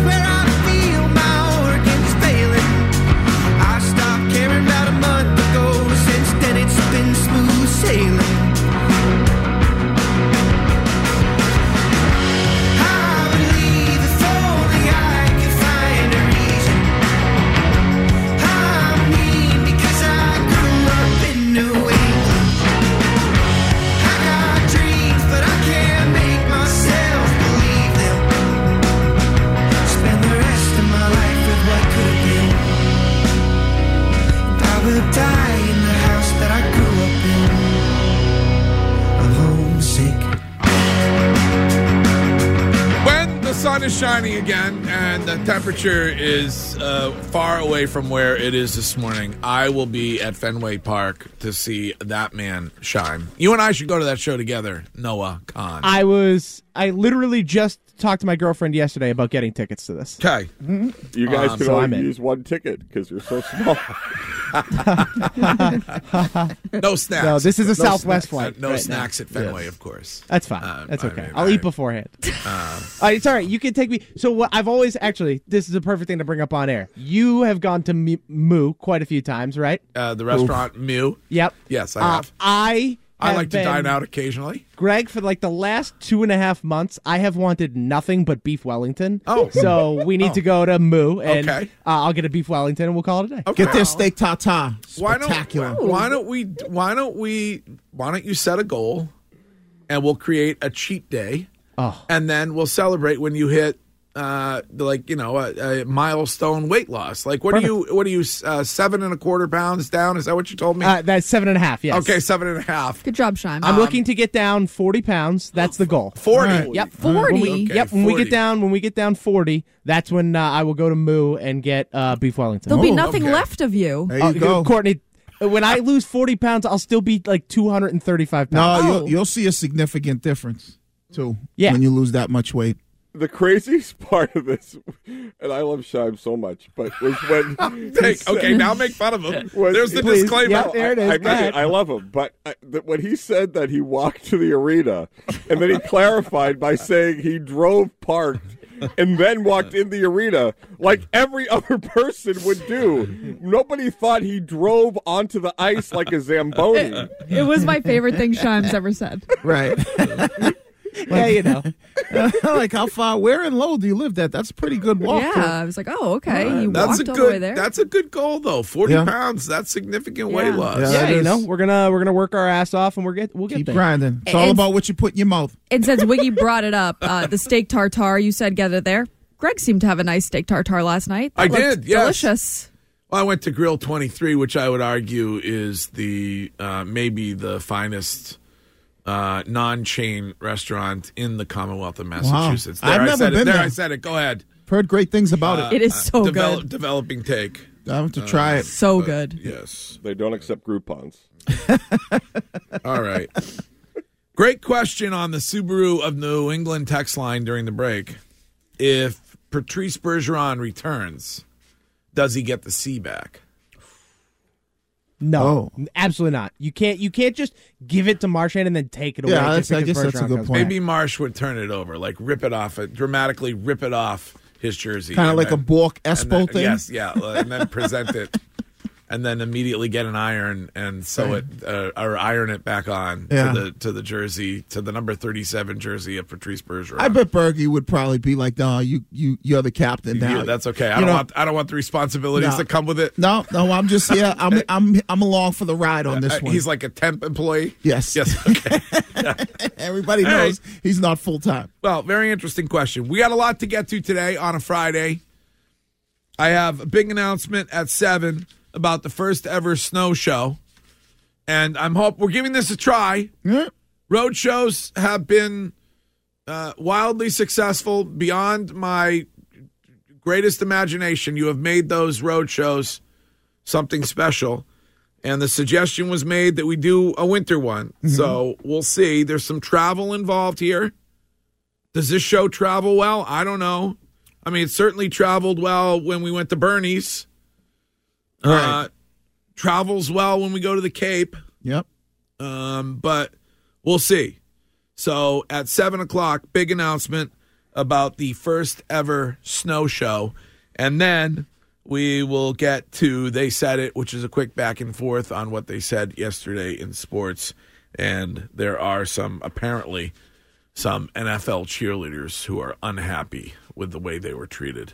[SPEAKER 5] swear I
[SPEAKER 3] sun is shining again, and the temperature is uh, far away from where it is this morning. I will be at Fenway Park to see that man shine. You and I should go to that show together, Noah Khan.
[SPEAKER 12] I was I literally just talked to my girlfriend yesterday about getting tickets to this.
[SPEAKER 3] Okay.
[SPEAKER 6] You guys
[SPEAKER 12] Um,
[SPEAKER 6] can
[SPEAKER 12] so I'm
[SPEAKER 6] only
[SPEAKER 12] in.
[SPEAKER 6] use one ticket because you're so small.
[SPEAKER 3] no snacks.
[SPEAKER 12] No, this is a
[SPEAKER 3] No
[SPEAKER 12] Southwest
[SPEAKER 3] snacks.
[SPEAKER 12] flight.
[SPEAKER 3] No
[SPEAKER 12] right
[SPEAKER 3] snacks
[SPEAKER 12] now.
[SPEAKER 3] at Fenway,
[SPEAKER 12] Yes.
[SPEAKER 3] of course.
[SPEAKER 12] That's fine.
[SPEAKER 3] Um,
[SPEAKER 12] That's
[SPEAKER 3] I
[SPEAKER 12] okay.
[SPEAKER 3] mean,
[SPEAKER 12] I'll eat beforehand. Uh, it's all right. You can take me. So what I've always actually this is the perfect thing to bring up on air. You have gone to M- Moo quite a few times, right?
[SPEAKER 3] uh, the restaurant Mew.
[SPEAKER 12] Yep.
[SPEAKER 3] Yes, I
[SPEAKER 12] Uh,
[SPEAKER 3] have.
[SPEAKER 12] I
[SPEAKER 3] I
[SPEAKER 12] have
[SPEAKER 3] like to
[SPEAKER 12] been-
[SPEAKER 3] dine out occasionally.
[SPEAKER 12] Greg, for like the last two and a half months, I have wanted nothing but beef Wellington.
[SPEAKER 3] Oh.
[SPEAKER 12] so we need to
[SPEAKER 7] Oh.
[SPEAKER 12] go to Moo, and
[SPEAKER 3] Okay.
[SPEAKER 12] uh, I'll get a beef Wellington, and we'll call it a day.
[SPEAKER 7] Get their steak tartare.
[SPEAKER 3] Why
[SPEAKER 7] Spectacular.
[SPEAKER 3] don't Why don't we? Why don't we? Why don't you set a goal, and we'll create a cheat day,
[SPEAKER 12] Oh.
[SPEAKER 3] and then we'll celebrate when you hit. Uh, the, like you know, a, a milestone weight loss. Like, what are you? What are you? Uh, seven and a quarter pounds down? Is that what you told me?
[SPEAKER 12] Uh, that's seven and a half. Yes.
[SPEAKER 3] Okay, seven and a half.
[SPEAKER 10] Good job, Shime.
[SPEAKER 12] I'm looking to get down 40 pounds. That's the goal.
[SPEAKER 3] 40.
[SPEAKER 12] Yep.
[SPEAKER 10] 40?
[SPEAKER 12] When we,
[SPEAKER 10] Okay,
[SPEAKER 12] yep. When we
[SPEAKER 10] 40.
[SPEAKER 12] get down, when we get down 40, that's when uh, I will go to Moo and get uh, beef Wellington.
[SPEAKER 10] There'll be nothing left Oh, of you.
[SPEAKER 12] Uh, Courtney. When I lose 40 pounds, I'll still be like 235
[SPEAKER 7] No,
[SPEAKER 12] pounds.
[SPEAKER 10] Oh.
[SPEAKER 7] you'll, you'll see a significant difference too.
[SPEAKER 12] Yeah.
[SPEAKER 7] When you lose that much weight.
[SPEAKER 6] the craziest part of this, and I love Shime so much, but was when.
[SPEAKER 3] Take- okay, now make fun of him. There's the disclaimer.
[SPEAKER 6] No, I, I, mean it. I love him, but I, th- when he said that he walked to the arena, and then he clarified by saying he drove parked. And then walked in the arena like every other person would do. Nobody thought he drove onto the ice like a Zamboni.
[SPEAKER 10] It was my favorite thing Shime's ever said.
[SPEAKER 7] Right.
[SPEAKER 12] yeah, you know.
[SPEAKER 7] like how far? Where and low do you live? That that's a pretty good walk.
[SPEAKER 10] yeah, I was like, oh, okay.
[SPEAKER 7] Alright,
[SPEAKER 10] you
[SPEAKER 3] That's
[SPEAKER 10] walked
[SPEAKER 3] a
[SPEAKER 10] all the way
[SPEAKER 3] good.
[SPEAKER 10] there.
[SPEAKER 3] That's a good goal though. Forty
[SPEAKER 7] Yeah.
[SPEAKER 3] pounds. That's significant weight
[SPEAKER 10] Yeah.
[SPEAKER 3] loss.
[SPEAKER 7] Yeah,
[SPEAKER 12] yeah,
[SPEAKER 7] that
[SPEAKER 12] you
[SPEAKER 7] is-
[SPEAKER 12] know, we're gonna we're gonna work our ass off, and we're get we'll get
[SPEAKER 7] Keep
[SPEAKER 12] there.
[SPEAKER 7] grinding. It's all
[SPEAKER 10] It's-
[SPEAKER 7] about what you put in your mouth.
[SPEAKER 10] And since Wiggy brought it up, uh, the steak tartare, you said get it there. Greg seemed to have a nice steak tartare last night.
[SPEAKER 3] I
[SPEAKER 10] That looked
[SPEAKER 3] did, yes.
[SPEAKER 10] Delicious.
[SPEAKER 3] Well, I went to Grill 23, which I would argue is the uh, maybe the finest uh, non-chain restaurant in the Commonwealth of Massachusetts.
[SPEAKER 7] I've
[SPEAKER 3] I
[SPEAKER 7] never
[SPEAKER 3] said it.
[SPEAKER 7] been
[SPEAKER 3] There,
[SPEAKER 7] there.
[SPEAKER 3] I said it. Go ahead.
[SPEAKER 7] Heard great things about
[SPEAKER 3] Uh,
[SPEAKER 7] it.
[SPEAKER 3] uh, develop- Uh, Developing take.
[SPEAKER 7] I have to try it.
[SPEAKER 10] So good.
[SPEAKER 3] Yes.
[SPEAKER 6] They don't accept Groupons.
[SPEAKER 3] All right. Great question on the Subaru of New England text line during the break. If Patrice Bergeron returns, does he get the C back?
[SPEAKER 12] No,
[SPEAKER 7] Oh.
[SPEAKER 12] absolutely not. You can't. You can't just give it to Marchand and then take it away. just because Bergeron comes back.
[SPEAKER 3] Maybe Marsh would turn it over, like rip it off, uh, dramatically rip it off his jersey,
[SPEAKER 7] Kind of
[SPEAKER 3] and
[SPEAKER 7] like a
[SPEAKER 3] then-
[SPEAKER 7] Bork
[SPEAKER 3] and
[SPEAKER 7] Espo
[SPEAKER 3] then-
[SPEAKER 7] thing.
[SPEAKER 3] Yes, yeah, uh, and then present it, and then immediately get an iron and sew it uh, or iron it back on
[SPEAKER 7] Yeah.
[SPEAKER 3] to the to the jersey to the number thirty seven jersey of Patrice Bergeron.
[SPEAKER 7] I bet Bergie would probably be like, "No, you you you're the captain now."
[SPEAKER 3] yeah, that's okay. I
[SPEAKER 7] You
[SPEAKER 3] don't
[SPEAKER 7] know-
[SPEAKER 3] want I don't want the responsibilities
[SPEAKER 7] No.
[SPEAKER 3] that come with it.
[SPEAKER 7] No, no, I'm just here. I'm I'm I'm along for the ride on
[SPEAKER 3] Uh,
[SPEAKER 7] this one.
[SPEAKER 3] He's like a temp employee.
[SPEAKER 7] Yes.
[SPEAKER 3] Yes. Okay.
[SPEAKER 7] Everybody
[SPEAKER 3] All right.
[SPEAKER 7] knows he's not full time.
[SPEAKER 3] Well, very interesting question. We got a lot to get to today on a Friday. I have a big announcement at seven about the first ever snow show, and I'm hope we're giving this a try. Road shows have been uh, wildly successful beyond my greatest imagination. You have made those road shows something special. And the suggestion was made that we do a winter one. So we'll see. There's some travel involved here. Does this show travel well? I don't know. I mean, it certainly traveled well when we went to Bernie's. Uh, travels well when we go to the Cape.
[SPEAKER 7] Yep.
[SPEAKER 3] Um, but we'll see. So at seven o'clock, big announcement about the first ever snow show, and then we will get to they said it, which is a quick back and forth on what they said yesterday in sports, and there are some apparently some NFL cheerleaders who are unhappy with the way they were treated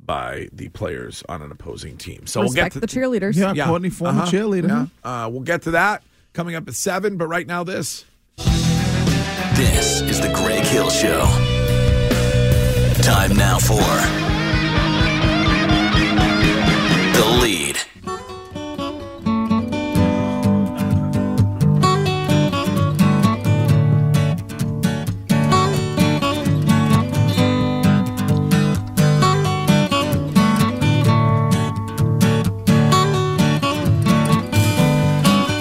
[SPEAKER 3] by the players on an opposing team. So
[SPEAKER 10] Respect
[SPEAKER 3] we'll
[SPEAKER 10] the
[SPEAKER 3] get to
[SPEAKER 10] cheerleaders.
[SPEAKER 3] Uh-huh. Yeah. Uh, we'll get to that coming up at seven. But right now, this.
[SPEAKER 4] This is the Greg Hill Show. Time now for the lead.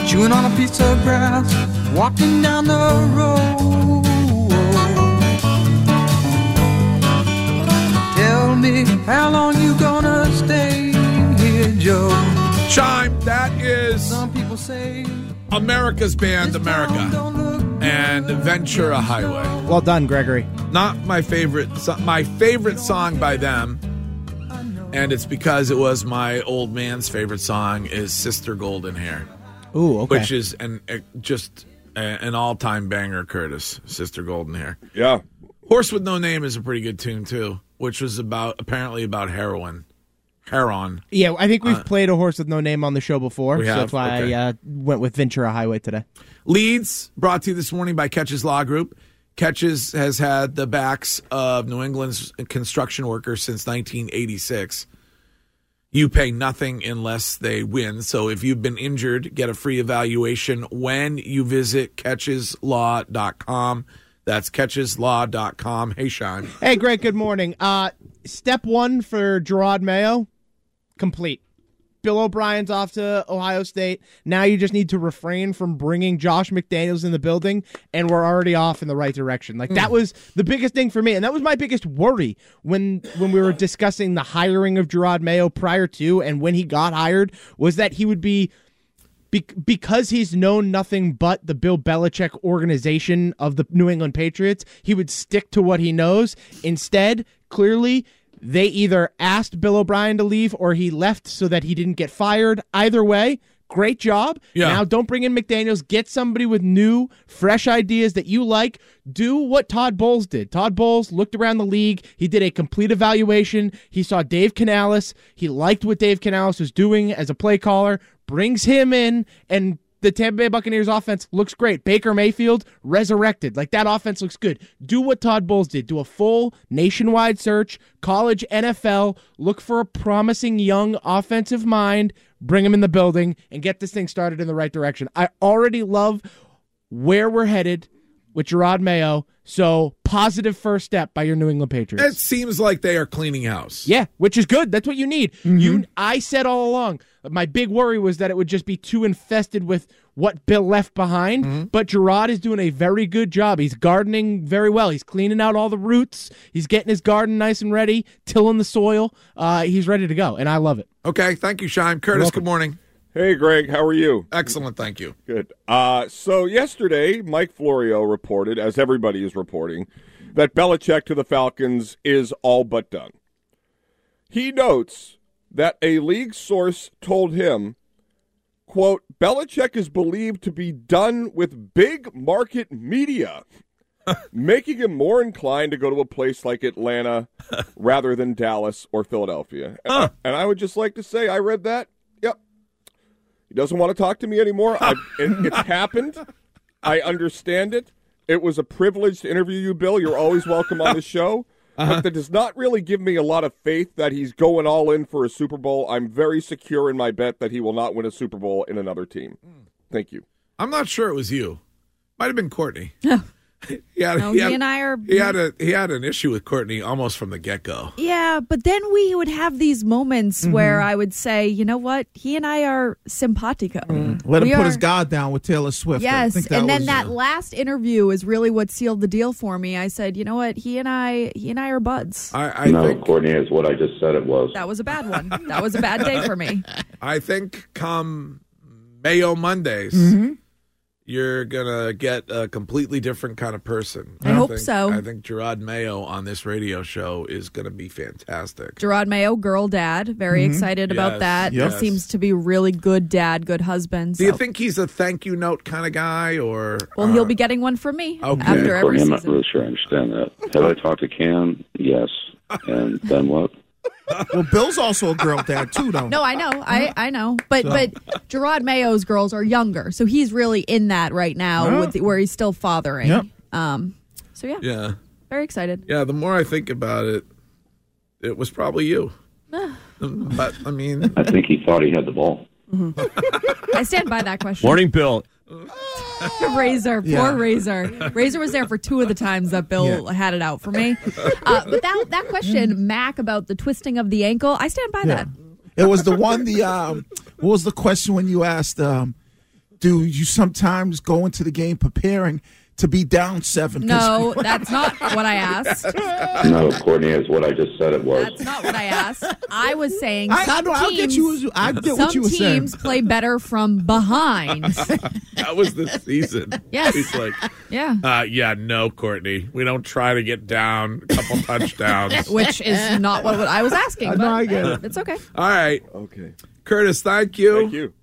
[SPEAKER 11] chewing on a piece of grass, walking down the road. Tell me how long you gonna stay here, Joe?
[SPEAKER 3] Chime, that is
[SPEAKER 11] Some people say
[SPEAKER 3] America's band, America, and Ventura Highway.
[SPEAKER 12] Well done, Gregory.
[SPEAKER 3] Not my favorite. so- My favorite song by them, and it's because it was my old man's favorite song is Sister Golden Hair,
[SPEAKER 12] Ooh, okay.
[SPEAKER 3] which is an uh, just a, an all time banger. Curtis, Sister Golden Hair.
[SPEAKER 6] Yeah.
[SPEAKER 3] Horse with No Name is a pretty good tune too, which was about apparently about heroin, heroin.
[SPEAKER 12] yeah, I think we've
[SPEAKER 3] Uh,
[SPEAKER 12] played a horse with no name on the show before,
[SPEAKER 3] We
[SPEAKER 12] so
[SPEAKER 3] have?
[SPEAKER 12] that's why
[SPEAKER 3] Okay.
[SPEAKER 12] I uh, went with Ventura Highway today.
[SPEAKER 3] Leeds brought to you this morning by Catches Law Group. Catches has had the backs of New England's construction workers since 1986. You pay nothing unless they win. So if you've been injured, get a free evaluation when you visit catcheslaw.com. That's catcheslaw.com. Hey, Sean.
[SPEAKER 12] Hey, Greg, good morning. Uh, step one for Gerard Mayo, complete. Bill O'Brien's off to Ohio State. Now you just need to refrain from bringing Josh McDaniels in the building, and we're already off in the right direction. Like that was the biggest thing for me, and that was my biggest worry when when we were discussing the hiring of Gerard Mayo prior to and when he got hired was that he would be be- because he's known nothing but the Bill Belichick organization of the New England Patriots, he would stick to what he knows. Instead, clearly, they either asked Bill O'Brien to leave or he left so that he didn't get fired. Either way, great job.
[SPEAKER 3] Yeah.
[SPEAKER 12] Now don't bring in McDaniels. Get somebody with new, fresh ideas that you like. Do what Todd Bowles did. Todd Bowles looked around the league. He did a complete evaluation. He saw Dave Canales. He liked what Dave Canales was doing as a play caller, brings him in, and the Tampa Bay Buccaneers offense looks great. Baker Mayfield resurrected. Like that offense looks good. Do what Todd Bowles did. Do a full nationwide search, college, NFL, look for a promising young offensive mind, bring him in the building and get this thing started in the right direction. I already love where we're headed with Gerard Mayo. So, positive first step by your New England Patriots.
[SPEAKER 3] It seems like they are cleaning house.
[SPEAKER 12] Yeah, which is good. That's what you need.
[SPEAKER 3] Mm-hmm.
[SPEAKER 12] You, I said all along. My big worry was that it would just be too infested with what Bill left behind.
[SPEAKER 3] Mm-hmm.
[SPEAKER 12] But Gerard is doing a very good job. He's gardening very well. He's cleaning out all the roots. He's getting his garden nice and ready, tilling the soil. Uh, he's ready to go, and I love it.
[SPEAKER 3] Okay. Thank you, Shime. Curtis, good morning.
[SPEAKER 6] Hey, Greg, how are you?
[SPEAKER 3] Excellent. Thank you.
[SPEAKER 6] Good. Uh, so yesterday, Mike Florio reported, as everybody is reporting, that Belichick to the Falcons is all but done. He notes that a league source told him, quote, Belichick is believed to be done with big market media, making him more inclined to go to a place like Atlanta rather than Dallas or Philadelphia. And, I, and I would just like to say, I read that. Yep. He doesn't want to talk to me anymore. I, it, it's happened. I understand it. It was a privilege to interview you, Bill. You're always welcome on the show.
[SPEAKER 3] Uh-huh.
[SPEAKER 6] But that does not really give me a lot of faith that he's going all in for a Super Bowl. I'm very secure in my bet that he will not win a Super Bowl in another team. Thank you.
[SPEAKER 3] Hmm. I'm not sure it was you. Might have been Courtney. yeah,
[SPEAKER 13] No, he and I are-
[SPEAKER 3] He had a he had an issue with Courtney almost from the get go.
[SPEAKER 13] Yeah, but then we would have these moments
[SPEAKER 7] Mm-hmm.
[SPEAKER 13] where I would say, you know what? He and I are simpatico.
[SPEAKER 7] Mm-hmm. Let him
[SPEAKER 13] We
[SPEAKER 7] put
[SPEAKER 13] are-
[SPEAKER 7] his guard down with Taylor Swift. I
[SPEAKER 13] Yes,
[SPEAKER 7] think
[SPEAKER 13] and then
[SPEAKER 7] was-
[SPEAKER 13] that last interview is really what sealed the deal for me. I said, you know what? He and I, he and I are buds.
[SPEAKER 3] I, I
[SPEAKER 14] no, Courtney is what I just said it was.
[SPEAKER 13] That was a bad one. that was a bad day for me.
[SPEAKER 3] I think come Mayo Mondays,
[SPEAKER 7] Mm-hmm.
[SPEAKER 3] you're gonna get a completely different kind of person.
[SPEAKER 13] I hope
[SPEAKER 3] think-
[SPEAKER 13] so.
[SPEAKER 3] I think Gerard Mayo on this radio show is gonna be fantastic.
[SPEAKER 13] Gerard Mayo, girl dad, very
[SPEAKER 3] Mhm.
[SPEAKER 13] excited about
[SPEAKER 3] Yes,
[SPEAKER 13] that.
[SPEAKER 3] yes.
[SPEAKER 13] That seems to be really good dad, good husband.
[SPEAKER 3] Do you
[SPEAKER 13] so-
[SPEAKER 3] think he's a thank you note kind of guy, or
[SPEAKER 13] well, he'll be getting one from me
[SPEAKER 3] okay.
[SPEAKER 13] after every
[SPEAKER 14] Courtney, I'm not
[SPEAKER 13] season.
[SPEAKER 14] really sure I understand that. Have I talked to Cam? Yes. And then what?
[SPEAKER 7] Well, Bill's also a girl dad too, though.
[SPEAKER 13] No, I know, I, I know, but
[SPEAKER 7] So-
[SPEAKER 13] but Gerard Mayo's girls are younger, so he's really in that right now,
[SPEAKER 3] Huh?
[SPEAKER 13] with the, where he's still fathering.
[SPEAKER 3] Yep.
[SPEAKER 13] Um, so yeah,
[SPEAKER 3] yeah,
[SPEAKER 13] very excited.
[SPEAKER 3] yeah? The more I think about it, it was probably you. but I mean,
[SPEAKER 14] I think he thought he had the ball.
[SPEAKER 13] I stand by that question.
[SPEAKER 14] Morning, Bill.
[SPEAKER 13] Razor,
[SPEAKER 14] Yeah.
[SPEAKER 13] poor Razor. Razor was there for two of the times that Bill had it out for me. Uh, but that that question, Mac, about the twisting of the ankle, I stand by
[SPEAKER 7] Yeah.
[SPEAKER 13] that.
[SPEAKER 7] It was the one the um, what was the question when you asked um, do you sometimes go into the game preparing to be down seven? 'Cause
[SPEAKER 10] No,
[SPEAKER 7] we-
[SPEAKER 10] that's not what I asked.
[SPEAKER 14] No, Courtney, is what I just said it was.
[SPEAKER 10] That's not what I asked. I was saying
[SPEAKER 7] I- I
[SPEAKER 10] some
[SPEAKER 7] know, I'll get
[SPEAKER 10] teams,
[SPEAKER 7] you- I get what
[SPEAKER 10] some
[SPEAKER 7] you were saying.
[SPEAKER 10] teams play better from behind.
[SPEAKER 3] that was this season.
[SPEAKER 10] Yes.
[SPEAKER 3] He's like,
[SPEAKER 10] Yeah.
[SPEAKER 3] uh, yeah, no, Courtney. We don't try to get down a couple touchdowns.
[SPEAKER 10] Which is not what I was asking.
[SPEAKER 3] No,
[SPEAKER 10] but
[SPEAKER 3] I get it.
[SPEAKER 10] It's okay.
[SPEAKER 3] All right.
[SPEAKER 6] Okay.
[SPEAKER 3] Curtis, thank you. Thank you.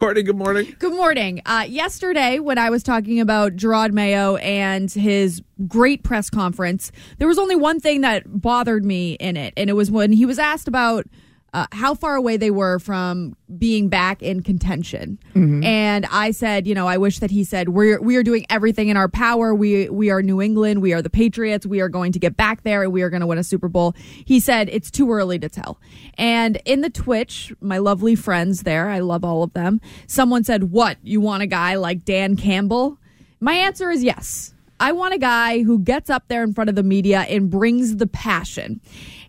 [SPEAKER 3] Courtney, good morning.
[SPEAKER 10] Good morning. Uh, yesterday, when I was talking about Gerard Mayo and his great press conference, there was only one thing that bothered me in it, and it was when he was asked about uh, how far away they were from being back in contention.
[SPEAKER 13] Mhm.
[SPEAKER 10] And I said, you know, I wish that he said we're we are doing everything in our power. We we are New England. We are the Patriots. We are going to get back there, and we are going to win a Super Bowl. He said it's too early to tell. And in the Twitch, my lovely friends there, I love all of them. Someone said, "What you want a guy like Dan Campbell?" My answer is yes. I want a guy who gets up there in front of the media and brings the passion.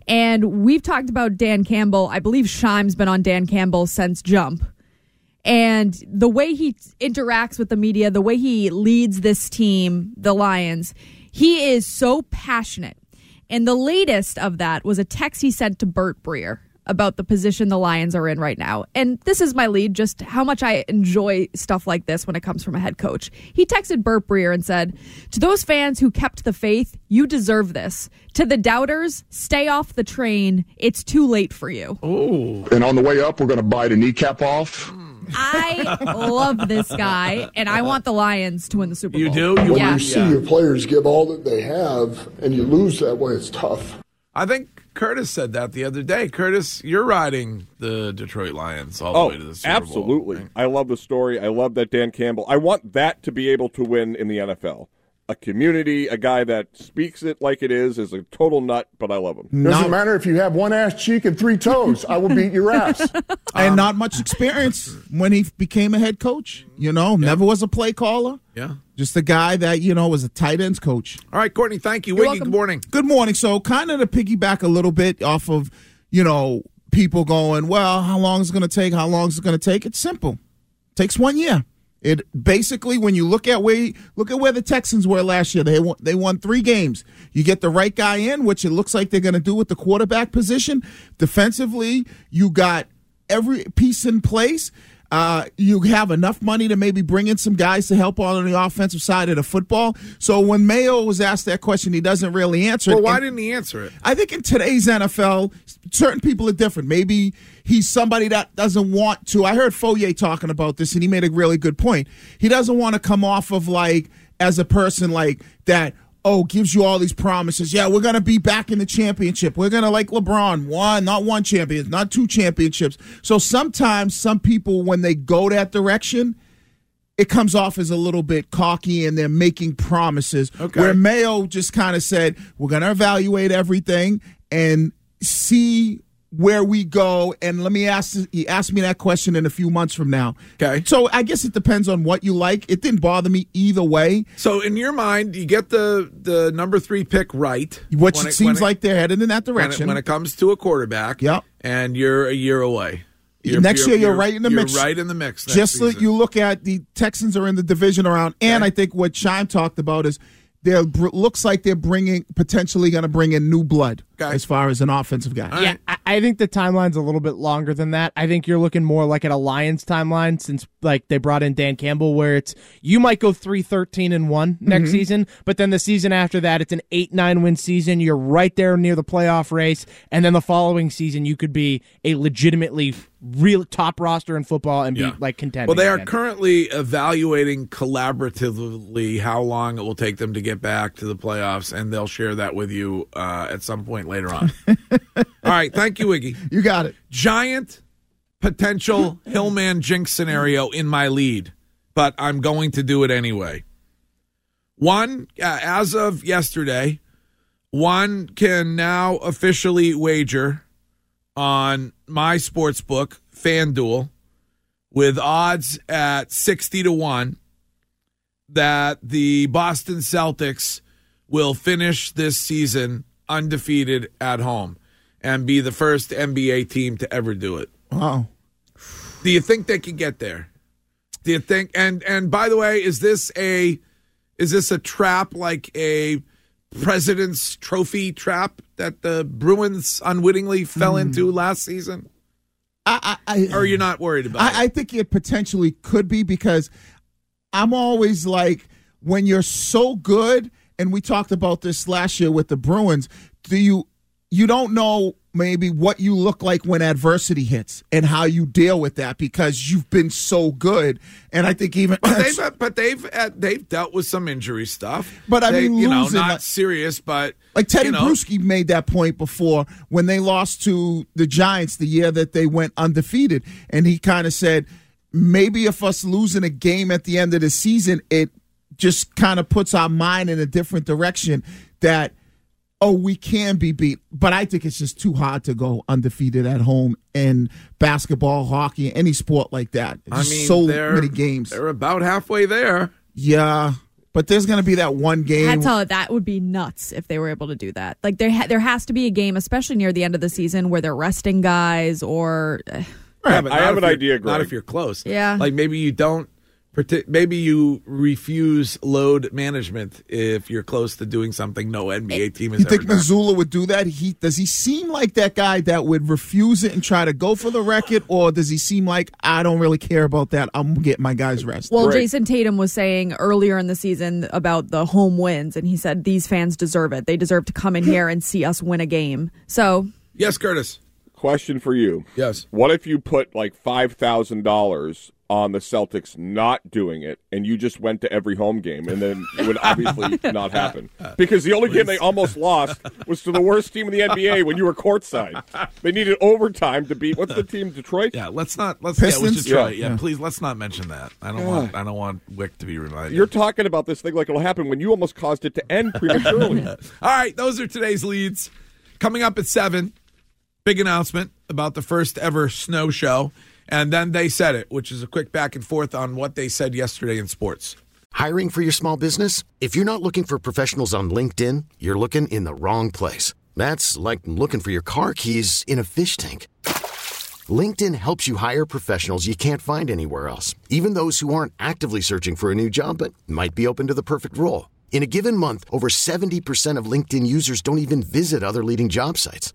[SPEAKER 10] And we've talked about Dan Campbell. I believe Shime's been on Dan Campbell since Jump and the way he interacts with the media, the way he leads this team, the Lions, he is so passionate. And the latest of that was a text he sent to Bert Breer about the position the Lions are in right now. And this is my lead, just how much I enjoy stuff like this when it comes from a head coach. He texted Bert Breer and said, To those fans who kept the faith, you deserve this. To the doubters, stay off the train. It's too late for you.
[SPEAKER 15] And on the way up, we're going to bite a kneecap off.
[SPEAKER 10] I love this guy, and I want the Lions to win the Super Bowl.
[SPEAKER 15] When
[SPEAKER 10] yeah.
[SPEAKER 15] you see your players give all that they have and you lose that way, it's tough.
[SPEAKER 3] I think Curtis said that the other day. Curtis, you're riding the Detroit Lions all the way to the Super Bowl.
[SPEAKER 6] Oh, absolutely. I love the story. I love that Dan Campbell. I want that to be able to win in the NFL. A community, a guy that speaks it like it is, is a total nut, but I love him.
[SPEAKER 15] Doesn't matter if you have one ass cheek and three toes. I will beat your ass.
[SPEAKER 7] and not much experience when he became a head coach. You know, never was a play caller.
[SPEAKER 3] Yeah.
[SPEAKER 7] Just a guy that, you know, was a tight ends coach.
[SPEAKER 3] All right, Courtney, thank you.
[SPEAKER 7] You're
[SPEAKER 3] Wiggy,
[SPEAKER 7] welcome.
[SPEAKER 3] good morning.
[SPEAKER 7] Good morning. So, kind of to piggyback a little bit off of, you know, people going, well, how long is it going to take? How long is it going to take? It's simple. takes one year. It basically, when you look at where look at where the Texans were last year, they won, they won three games. You get the right guy in, which it looks like they're going to do with the quarterback position. Defensively, you got every piece in place. Uh, you have enough money to maybe bring in some guys to help on the offensive side of the football. So when Mayo was asked that question, he doesn't really answer. it.
[SPEAKER 3] Well, why
[SPEAKER 7] And-
[SPEAKER 3] didn't he answer it?
[SPEAKER 7] I think in today's NFL, certain people are different. Maybe he's somebody that doesn't want to. I heard Foyer talking about this, and he made a really good point. He doesn't want to come off of like as a person like that. Oh, gives you all these promises. Yeah, we're gonna be back in the championship. We're gonna like LeBron, one, not one champion, not two championships. So sometimes some people, when they go that direction, it comes off as a little bit cocky and they're making promises.
[SPEAKER 3] Okay.
[SPEAKER 7] Where Mayo just kind of said, we're going to evaluate everything and see where we go. And let me ask, he asked me that question in a few months from now. Okay. So I guess it depends on what you like. It didn't bother me either way.
[SPEAKER 3] So, in your mind, you get the the number three pick right,
[SPEAKER 7] Which it
[SPEAKER 3] when when
[SPEAKER 7] seems like they're headed in that
[SPEAKER 3] when it-
[SPEAKER 7] direction.
[SPEAKER 3] when it comes to a quarterback.
[SPEAKER 7] Yep.
[SPEAKER 3] and you're a year away. You're-
[SPEAKER 7] next year, you're, right in the
[SPEAKER 3] you're
[SPEAKER 7] mix.
[SPEAKER 3] Right in the mix. next
[SPEAKER 7] Just
[SPEAKER 3] season.
[SPEAKER 7] like you look at the Texans are in the division around, and I think what Shime talked about is there br- looks like they're bringing potentially going to bring in new blood as far as an offensive guy.
[SPEAKER 12] yeah, I, I think the timeline's a little bit longer than that. I think you're looking more like at a Lions timeline since like they brought in Dan Campbell, where it's you might go three thirteen and one next
[SPEAKER 3] Mm-hmm.
[SPEAKER 16] Mhm.
[SPEAKER 12] season, but then the season after that it's an eight nine win season. You're right there near the playoff race, and then the following season you could be a legitimately real top roster in football and
[SPEAKER 3] Yeah.
[SPEAKER 12] be like contending.
[SPEAKER 3] Well, they are
[SPEAKER 12] again.
[SPEAKER 3] currently evaluating collaboratively how long it will take them to get back to the playoffs, and they'll share that with you uh, at some point later on. All right. Thank you, Wiggy.
[SPEAKER 7] You got it.
[SPEAKER 3] Giant potential Hillman jinx scenario in my lead, but I'm going to do it anyway. One, uh, as of yesterday, one can now officially wager on my sports book, FanDuel, with odds at 60 to 1 that the Boston Celtics will finish this season undefeated at home and be the first NBA team to ever do it.
[SPEAKER 7] Wow.
[SPEAKER 3] Do you think they could get there? Do you think? And and by the way, is this a is this a trap like a president's trophy trap that the Bruins unwittingly fell into last season?
[SPEAKER 7] Hmm. I, I,
[SPEAKER 3] or you're not worried about it?
[SPEAKER 7] I, I think it potentially could be because I'm always like, when you're so good, and we talked about this last year with the Bruins, do you you don't know maybe what you look like when adversity hits and how you deal with that because you've been so good. And I think even
[SPEAKER 3] But they've but they've uh, they've dealt with some injury stuff.
[SPEAKER 7] But I
[SPEAKER 3] They-
[SPEAKER 7] mean,
[SPEAKER 3] you know,
[SPEAKER 7] losing,
[SPEAKER 3] not
[SPEAKER 7] like-
[SPEAKER 3] serious, but
[SPEAKER 7] Like Teddy
[SPEAKER 3] you know,
[SPEAKER 7] Bruschi made that point before when they lost to the Giants the year that they went undefeated, and he kind of said, "Maybe if us losing a game at the end of the season, it just kind of puts our mind in a different direction that." Oh, we can be beat, but I think it's just too hard to go undefeated at home in basketball, hockey, any sport like that.
[SPEAKER 3] I
[SPEAKER 7] Just
[SPEAKER 3] mean,
[SPEAKER 7] so
[SPEAKER 3] they're-
[SPEAKER 7] many games.
[SPEAKER 3] They're about halfway there.
[SPEAKER 7] Yeah, but there's going to be that one game.
[SPEAKER 10] That's how that would be nuts if they were able to do that. Like there, ha- there has to be a game, especially near the end of the season, where they're resting guys or.
[SPEAKER 3] Yeah, but
[SPEAKER 6] I
[SPEAKER 3] not
[SPEAKER 6] have
[SPEAKER 3] if
[SPEAKER 6] an
[SPEAKER 3] you're-
[SPEAKER 6] idea,
[SPEAKER 3] Not
[SPEAKER 6] Greg.
[SPEAKER 3] if you're close.
[SPEAKER 10] Yeah.
[SPEAKER 3] Like maybe you don't. parti- Maybe you refuse load management if you're close to doing something no NBA team has
[SPEAKER 7] You
[SPEAKER 3] ever
[SPEAKER 7] think Missoula would do that? He does he seem like that guy that would refuse it and try to go for the record, or does he seem like I don't really care about that? I'm gonna get my guys rest.
[SPEAKER 10] Well, Jason Tatum was saying earlier in the season about the home wins, and he said these fans deserve it. They deserve to come in here and see us win a game. So
[SPEAKER 3] Yes, Curtis.
[SPEAKER 6] Question for you.
[SPEAKER 3] Yes.
[SPEAKER 6] What if you put like five thousand dollars on the Celtics not doing it, and you just went to every home game, and then it would obviously not happen because the only game they almost lost was to the worst team in the NBA when you were courtside. They needed overtime to beat what's the team Detroit?
[SPEAKER 3] Yeah, let's not let's
[SPEAKER 6] Pistons?
[SPEAKER 3] Yeah, it was Detroit.
[SPEAKER 6] Yeah.
[SPEAKER 3] Yeah, please let's not mention that. I don't
[SPEAKER 6] Yeah.
[SPEAKER 3] want I don't want Wick to be reminded.
[SPEAKER 6] You're talking about this thing like it'll happen when you almost caused it to end prematurely.
[SPEAKER 3] All right, those are today's leads. Coming up at seven, big announcement about the first ever snow show. And then they said it, which is a quick back and forth on what they said yesterday in sports.
[SPEAKER 16] Hiring for your small business? If you're not looking for professionals on LinkedIn, you're looking in the wrong place. That's like looking for your car keys in a fish tank. LinkedIn helps you hire professionals you can't find anywhere else, even those who aren't actively searching for a new job but might be open to the perfect role. In a given month, over 70% of LinkedIn users don't even visit other leading job sites.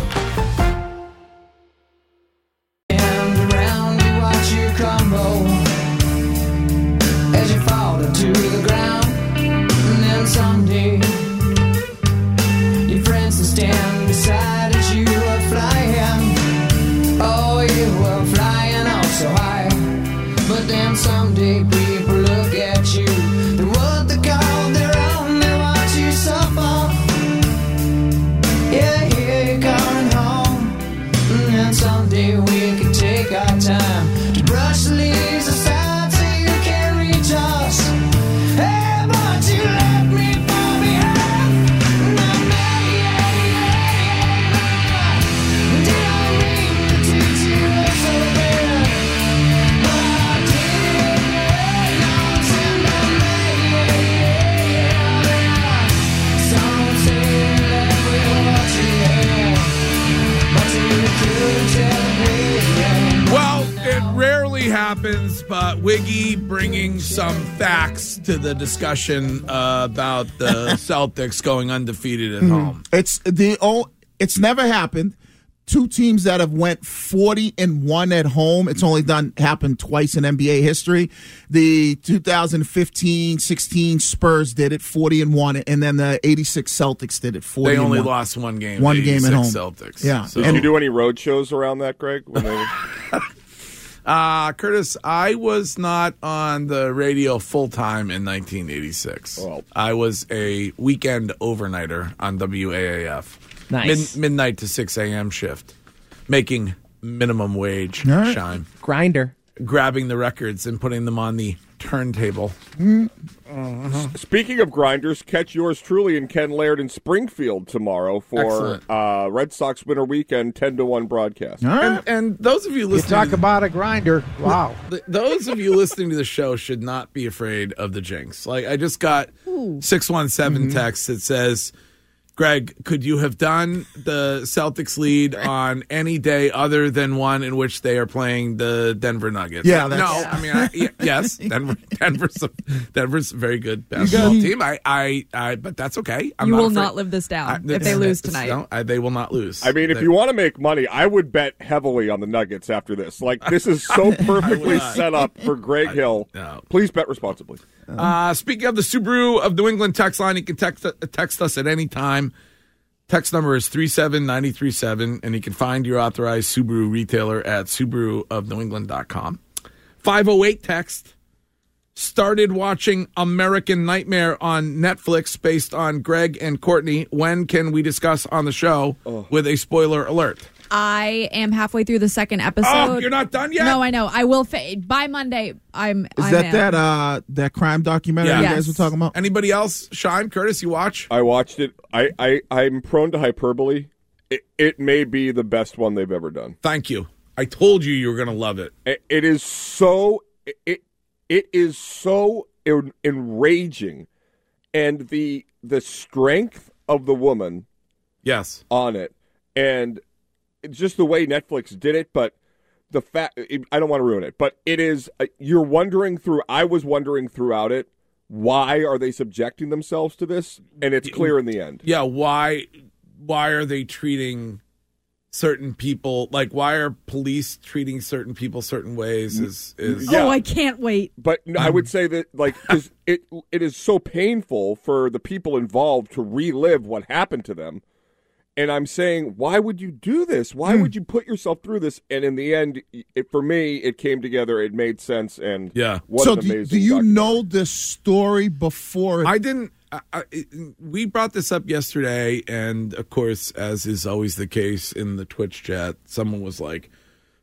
[SPEAKER 11] Round we watch you crumble as you fall to the ground, and then someday your friends will stand beside as you are flying. Oh, you were flying off so high, but then someday people look at you. They what they call their own. They watch you suffer. Yeah, yeah, you're coming home. And then someday we can take our time to brush the leaves aside so you can reach us. Hey, but you left me far behind. And I'm mad, yeah, yeah, yeah, yeah. Did I mean to treat you so bad? But I did, yeah, now it's in my mind, yeah, yeah, yeah, yeah. Some say that we want you, yeah, but you couldn't tell me, yeah.
[SPEAKER 3] Well, it rarely happens, but Wiggy bringing some facts to the discussion uh, about the Celtics going undefeated at home.
[SPEAKER 7] It's the oh, it's never happened. Two teams that have went forty and one at home. It's only done happened twice in NBA history. The 2015-16 Spurs did it forty and one, and then the '86 Celtics did it forty.
[SPEAKER 3] They only
[SPEAKER 7] and one.
[SPEAKER 3] lost one game.
[SPEAKER 7] One
[SPEAKER 3] the
[SPEAKER 7] game at home.
[SPEAKER 3] 86 Celtics.
[SPEAKER 7] Yeah,
[SPEAKER 6] Did you do any road shows around that, Greg? When they...
[SPEAKER 3] Uh, Curtis, I was not on the radio full time in
[SPEAKER 12] Oh.
[SPEAKER 3] 1986. I was a weekend overnighter on WAAF.
[SPEAKER 12] Nice.
[SPEAKER 3] Mid- midnight to 6 a.m. shift, making minimum wage,
[SPEAKER 12] All right.
[SPEAKER 3] Shime.
[SPEAKER 12] Grinder.
[SPEAKER 3] Grabbing the records and putting them on the turntable.
[SPEAKER 12] Mm.
[SPEAKER 3] Uh-huh.
[SPEAKER 6] Speaking of grinders, catch yours truly and Ken Laird in Springfield tomorrow for
[SPEAKER 3] Excellent.
[SPEAKER 6] uh, Red Sox Winter Weekend 10 to 1 broadcast.
[SPEAKER 3] And, and those of you
[SPEAKER 6] You
[SPEAKER 3] listening.
[SPEAKER 6] talk
[SPEAKER 3] about a grinder.
[SPEAKER 6] Wow.
[SPEAKER 3] those of you listening to the show should not be afraid of the jinx. Like, I just got 617 text that says, Greg, could you have done the Celtics lead on any day other than one in which they are playing the Denver Nuggets?
[SPEAKER 5] Yeah,
[SPEAKER 3] no.
[SPEAKER 5] that's-
[SPEAKER 3] I mean, I, y- yes, Denver, Denver's a, Denver's a very good basketball
[SPEAKER 10] got-
[SPEAKER 3] team. I, I, I, but that's okay. I'm
[SPEAKER 10] you will
[SPEAKER 3] afraid.
[SPEAKER 10] not live this down
[SPEAKER 3] I-
[SPEAKER 10] if they
[SPEAKER 3] it's-
[SPEAKER 10] lose
[SPEAKER 3] it's-
[SPEAKER 10] tonight.
[SPEAKER 3] no, I- they will not lose.
[SPEAKER 6] I mean, if
[SPEAKER 3] They-
[SPEAKER 6] you want to make money, I would bet heavily on the Nuggets after this. Like, this is so perfectly set up for Greg Hill. Please bet responsibly.
[SPEAKER 3] Uh, speaking of the Subaru of New England text line, you can text, text us at any time. Text number is 37937, and you can find your authorized Subaru retailer at subaruofnewengland.com. 508 text. Started watching American Nightmare on Netflix based on Greg and Courtney. When can we discuss on the show with a spoiler alert?
[SPEAKER 10] I am halfway through the second episode.
[SPEAKER 3] Oh, you're not done yet?
[SPEAKER 10] No, I know. I will fa- by Monday. I'm.
[SPEAKER 7] Is
[SPEAKER 10] I'm
[SPEAKER 7] that
[SPEAKER 10] in.
[SPEAKER 7] that uh that crime documentary you guys were talking about?
[SPEAKER 3] Anybody else? Shime, Curtis, you watch?
[SPEAKER 6] I watched it. I, I, I'm prone to hyperbole. It, it may be the best one they've ever done.
[SPEAKER 3] Thank you. I told you you were going to love it.
[SPEAKER 6] It, it is so it- it it is so en- enraging, and the the strength of the woman,
[SPEAKER 3] yes,
[SPEAKER 6] on it, and just the way Netflix did it. But the fact I don't want to ruin it, but it is uh, you're wondering through. I was wondering throughout it. Why are they subjecting themselves to this? And it's clear in the end.
[SPEAKER 3] yeah why why are they treating certain people like why are police treating certain people certain ways is is
[SPEAKER 10] Oh, I can't wait.
[SPEAKER 6] But no, I
[SPEAKER 7] Um.
[SPEAKER 6] would say that like 'cause it it is so painful for the people involved to relive what happened to them. And I'm saying, why would you do this? Why
[SPEAKER 7] Hmm.
[SPEAKER 6] would you put yourself through this? And in the end, it, for me, it came together. It made sense. And
[SPEAKER 3] yeah,
[SPEAKER 6] what
[SPEAKER 7] so
[SPEAKER 6] an
[SPEAKER 7] do,
[SPEAKER 6] amazing.
[SPEAKER 7] do you
[SPEAKER 6] doc-
[SPEAKER 7] know the story before? It,
[SPEAKER 3] I didn't. I, I, it- we brought this up yesterday, and of course, as is always the case in the Twitch chat, someone was like,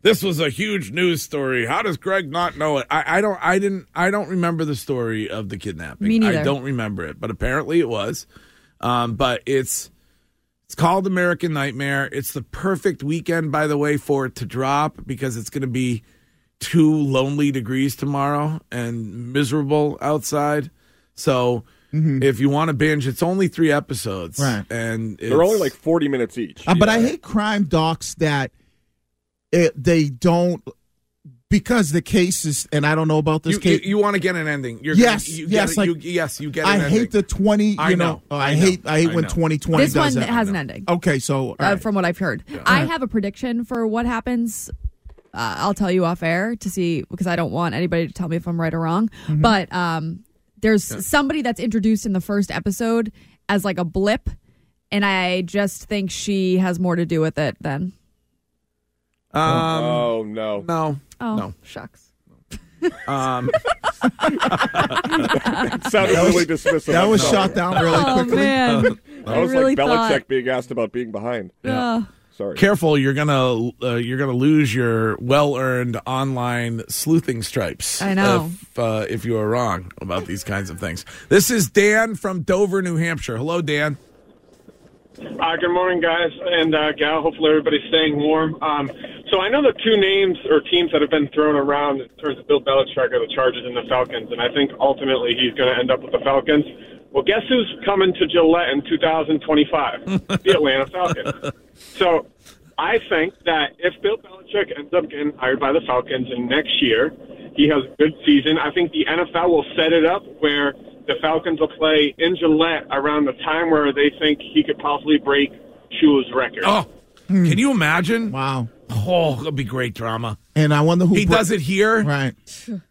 [SPEAKER 3] "This was a huge news story. How does Greg not know it?" I, I don't. I didn't. I don't remember the story of the kidnapping.
[SPEAKER 5] Me neither.
[SPEAKER 3] I don't remember it, but apparently it was. Um, but it's it's called American Nightmare. It's the perfect weekend, by the way, for it to drop because it's going to be two lonely degrees tomorrow and miserable outside. So if you want to binge, it's only three episodes,
[SPEAKER 7] Mm-hmm. Right.
[SPEAKER 3] And
[SPEAKER 6] They're only like 40 minutes each.
[SPEAKER 7] Uh, but I hate crime docs that it, they don't because the cases, and I don't know about this
[SPEAKER 3] you,
[SPEAKER 7] case.
[SPEAKER 3] you, you want to get an ending. You're
[SPEAKER 7] Yes,
[SPEAKER 3] gonna, you
[SPEAKER 7] yes,
[SPEAKER 3] Get it,
[SPEAKER 7] like-
[SPEAKER 3] you, yes, you get. An
[SPEAKER 7] I
[SPEAKER 3] ending.
[SPEAKER 7] hate the twenty. You
[SPEAKER 3] I know,
[SPEAKER 7] know, oh, I,
[SPEAKER 3] I know,
[SPEAKER 7] hate. I hate
[SPEAKER 3] I
[SPEAKER 7] when
[SPEAKER 3] know.
[SPEAKER 7] twenty twenty.
[SPEAKER 10] This
[SPEAKER 7] does
[SPEAKER 10] one
[SPEAKER 7] that.
[SPEAKER 10] has an ending.
[SPEAKER 7] Okay, so all
[SPEAKER 10] uh,
[SPEAKER 7] right.
[SPEAKER 10] from what I've heard. I have a prediction for what happens. Uh, I'll tell you off air to see because I don't want anybody to tell me if I'm right or wrong.
[SPEAKER 7] Mm-hmm.
[SPEAKER 10] But um, there's
[SPEAKER 13] Yeah.
[SPEAKER 10] somebody that's introduced in the first episode as like a blip, and I just think she has more to do with it than
[SPEAKER 3] Um,
[SPEAKER 6] oh no,
[SPEAKER 3] no,
[SPEAKER 10] oh
[SPEAKER 3] no.
[SPEAKER 10] shucks.
[SPEAKER 3] Um,
[SPEAKER 6] sounded
[SPEAKER 7] That was-
[SPEAKER 6] really dismissive.
[SPEAKER 7] that
[SPEAKER 6] I'm
[SPEAKER 7] was
[SPEAKER 6] sorry.
[SPEAKER 7] shot down really Oh, quickly. man.
[SPEAKER 6] that
[SPEAKER 7] I
[SPEAKER 6] was
[SPEAKER 7] really
[SPEAKER 6] like Belichick
[SPEAKER 7] thought-
[SPEAKER 6] being asked about being behind.
[SPEAKER 10] Yeah.
[SPEAKER 6] Sorry.
[SPEAKER 3] Careful, you're gonna uh, you're gonna lose your well-earned online sleuthing stripes.
[SPEAKER 10] I know.
[SPEAKER 3] If, uh, if you are wrong about these kinds of things. This is Dan from Dover, New Hampshire. Hello, Dan.
[SPEAKER 17] Uh, good morning, guys and uh, gal. Hopefully, everybody's staying warm. Um, so I know the two names or teams that have been thrown around in terms of Bill Belichick are the Chargers and the Falcons, and I think ultimately he's going to end up with the Falcons. Well, guess who's coming to Gillette in 2025? the Atlanta Falcons. So I think that if Bill Belichick ends up getting hired by the Falcons and next year he has a good season, I think the NFL will set it up where the Falcons will play in Gillette around the time where they think he could possibly break Shula's record.
[SPEAKER 3] Oh, can you imagine?
[SPEAKER 7] Hmm. Wow.
[SPEAKER 3] Oh, that'd be great drama.
[SPEAKER 7] and I wonder who
[SPEAKER 3] He
[SPEAKER 7] bro-
[SPEAKER 3] does it here,
[SPEAKER 7] right?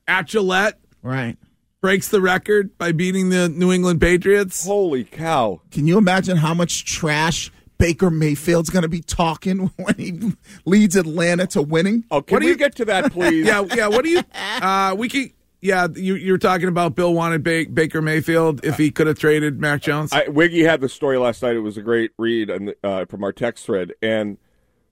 [SPEAKER 3] At Gillette,
[SPEAKER 7] right?
[SPEAKER 3] Breaks the record by beating the New England Patriots.
[SPEAKER 6] Holy cow!
[SPEAKER 7] Can you imagine how much trash Baker Mayfield's going to be talking when he leads Atlanta to winning?
[SPEAKER 6] Oh, can we get to that, please?
[SPEAKER 3] yeah, yeah. What do you? Uh, we can. yeah, you you were talking about Bill wanted ba- Baker Mayfield if he could have traded Mac Jones.
[SPEAKER 6] I, Wiggy had the story last night. It was a great read and uh, from our text thread. And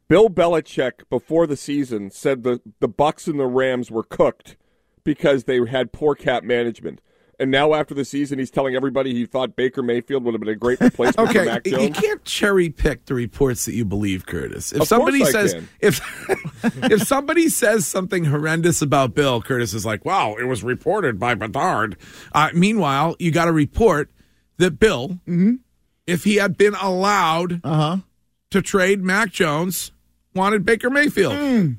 [SPEAKER 6] Bill Belichick before the season said the the Bucks and the Rams were cooked because they had poor cap management. And now after the season, he's telling everybody he thought Baker Mayfield would have been a great replacement for
[SPEAKER 3] Okay,
[SPEAKER 6] Mac
[SPEAKER 3] you
[SPEAKER 6] Jones.
[SPEAKER 3] can't cherry pick the reports that you believe, Curtis. If
[SPEAKER 6] Of course
[SPEAKER 3] somebody
[SPEAKER 6] I
[SPEAKER 3] says
[SPEAKER 6] can.
[SPEAKER 3] if if somebody says something horrendous about Bill, Curtis is like, "Wow, it was reported by Bedard." Uh, meanwhile, you got to report that Bill,
[SPEAKER 6] Mm-hmm.
[SPEAKER 3] if he had been allowed
[SPEAKER 6] Uh-huh.
[SPEAKER 3] to trade Mac Jones, wanted Baker Mayfield.
[SPEAKER 6] Hmm.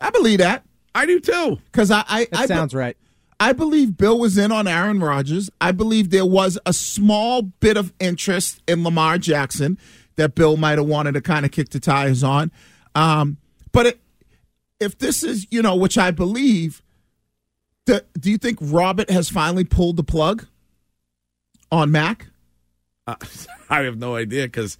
[SPEAKER 7] I believe that.
[SPEAKER 3] I do too.
[SPEAKER 7] Because I, I, I be-
[SPEAKER 12] sounds right.
[SPEAKER 7] I believe Bill was in on Aaron Rodgers. I believe there was a small bit of interest in Lamar Jackson that Bill might have wanted to kind of kick the tires on. Um, but it, if this is, you know, which I believe, the, do you think Robert has finally pulled the plug on Mac?
[SPEAKER 3] Uh, I have no idea because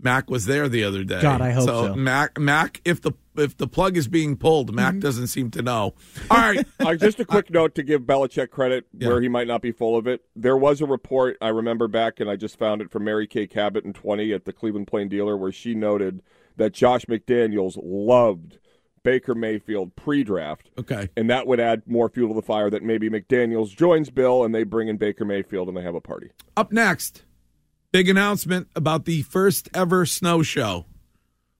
[SPEAKER 3] Mac was there the other day.
[SPEAKER 12] God, I hope so.
[SPEAKER 3] Mac, Mac, if the if the plug is being pulled,
[SPEAKER 12] Mm-hmm.
[SPEAKER 3] Mac doesn't seem to know. All right,
[SPEAKER 6] Uh, just a quick note to give Belichick credit where he might not be full of it. There was a report I remember back, and I just found it from Mary Kay Cabot in 20 at the Cleveland Plain Dealer, where she noted that Josh McDaniels loved Baker Mayfield pre-draft.
[SPEAKER 3] Okay,
[SPEAKER 6] and that would add more fuel to the fire that maybe McDaniels joins Bill, and they bring in Baker Mayfield, and they have a party.
[SPEAKER 3] Up next, big announcement about the first ever snow show.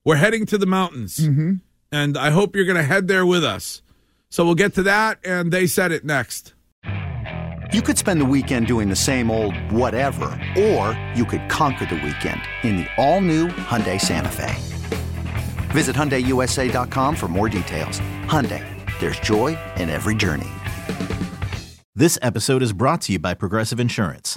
[SPEAKER 3] We're heading to the mountains,
[SPEAKER 12] Mm-hmm.
[SPEAKER 3] and I hope you're going to head there with us. So we'll get to that, and they said it next.
[SPEAKER 18] You could spend the weekend doing the same old whatever, or you could conquer the weekend in the all-new Hyundai Santa Fe. Visit HyundaiUSA.com for more details. Hyundai, there's joy in every journey.
[SPEAKER 19] This episode is brought to you by Progressive Insurance.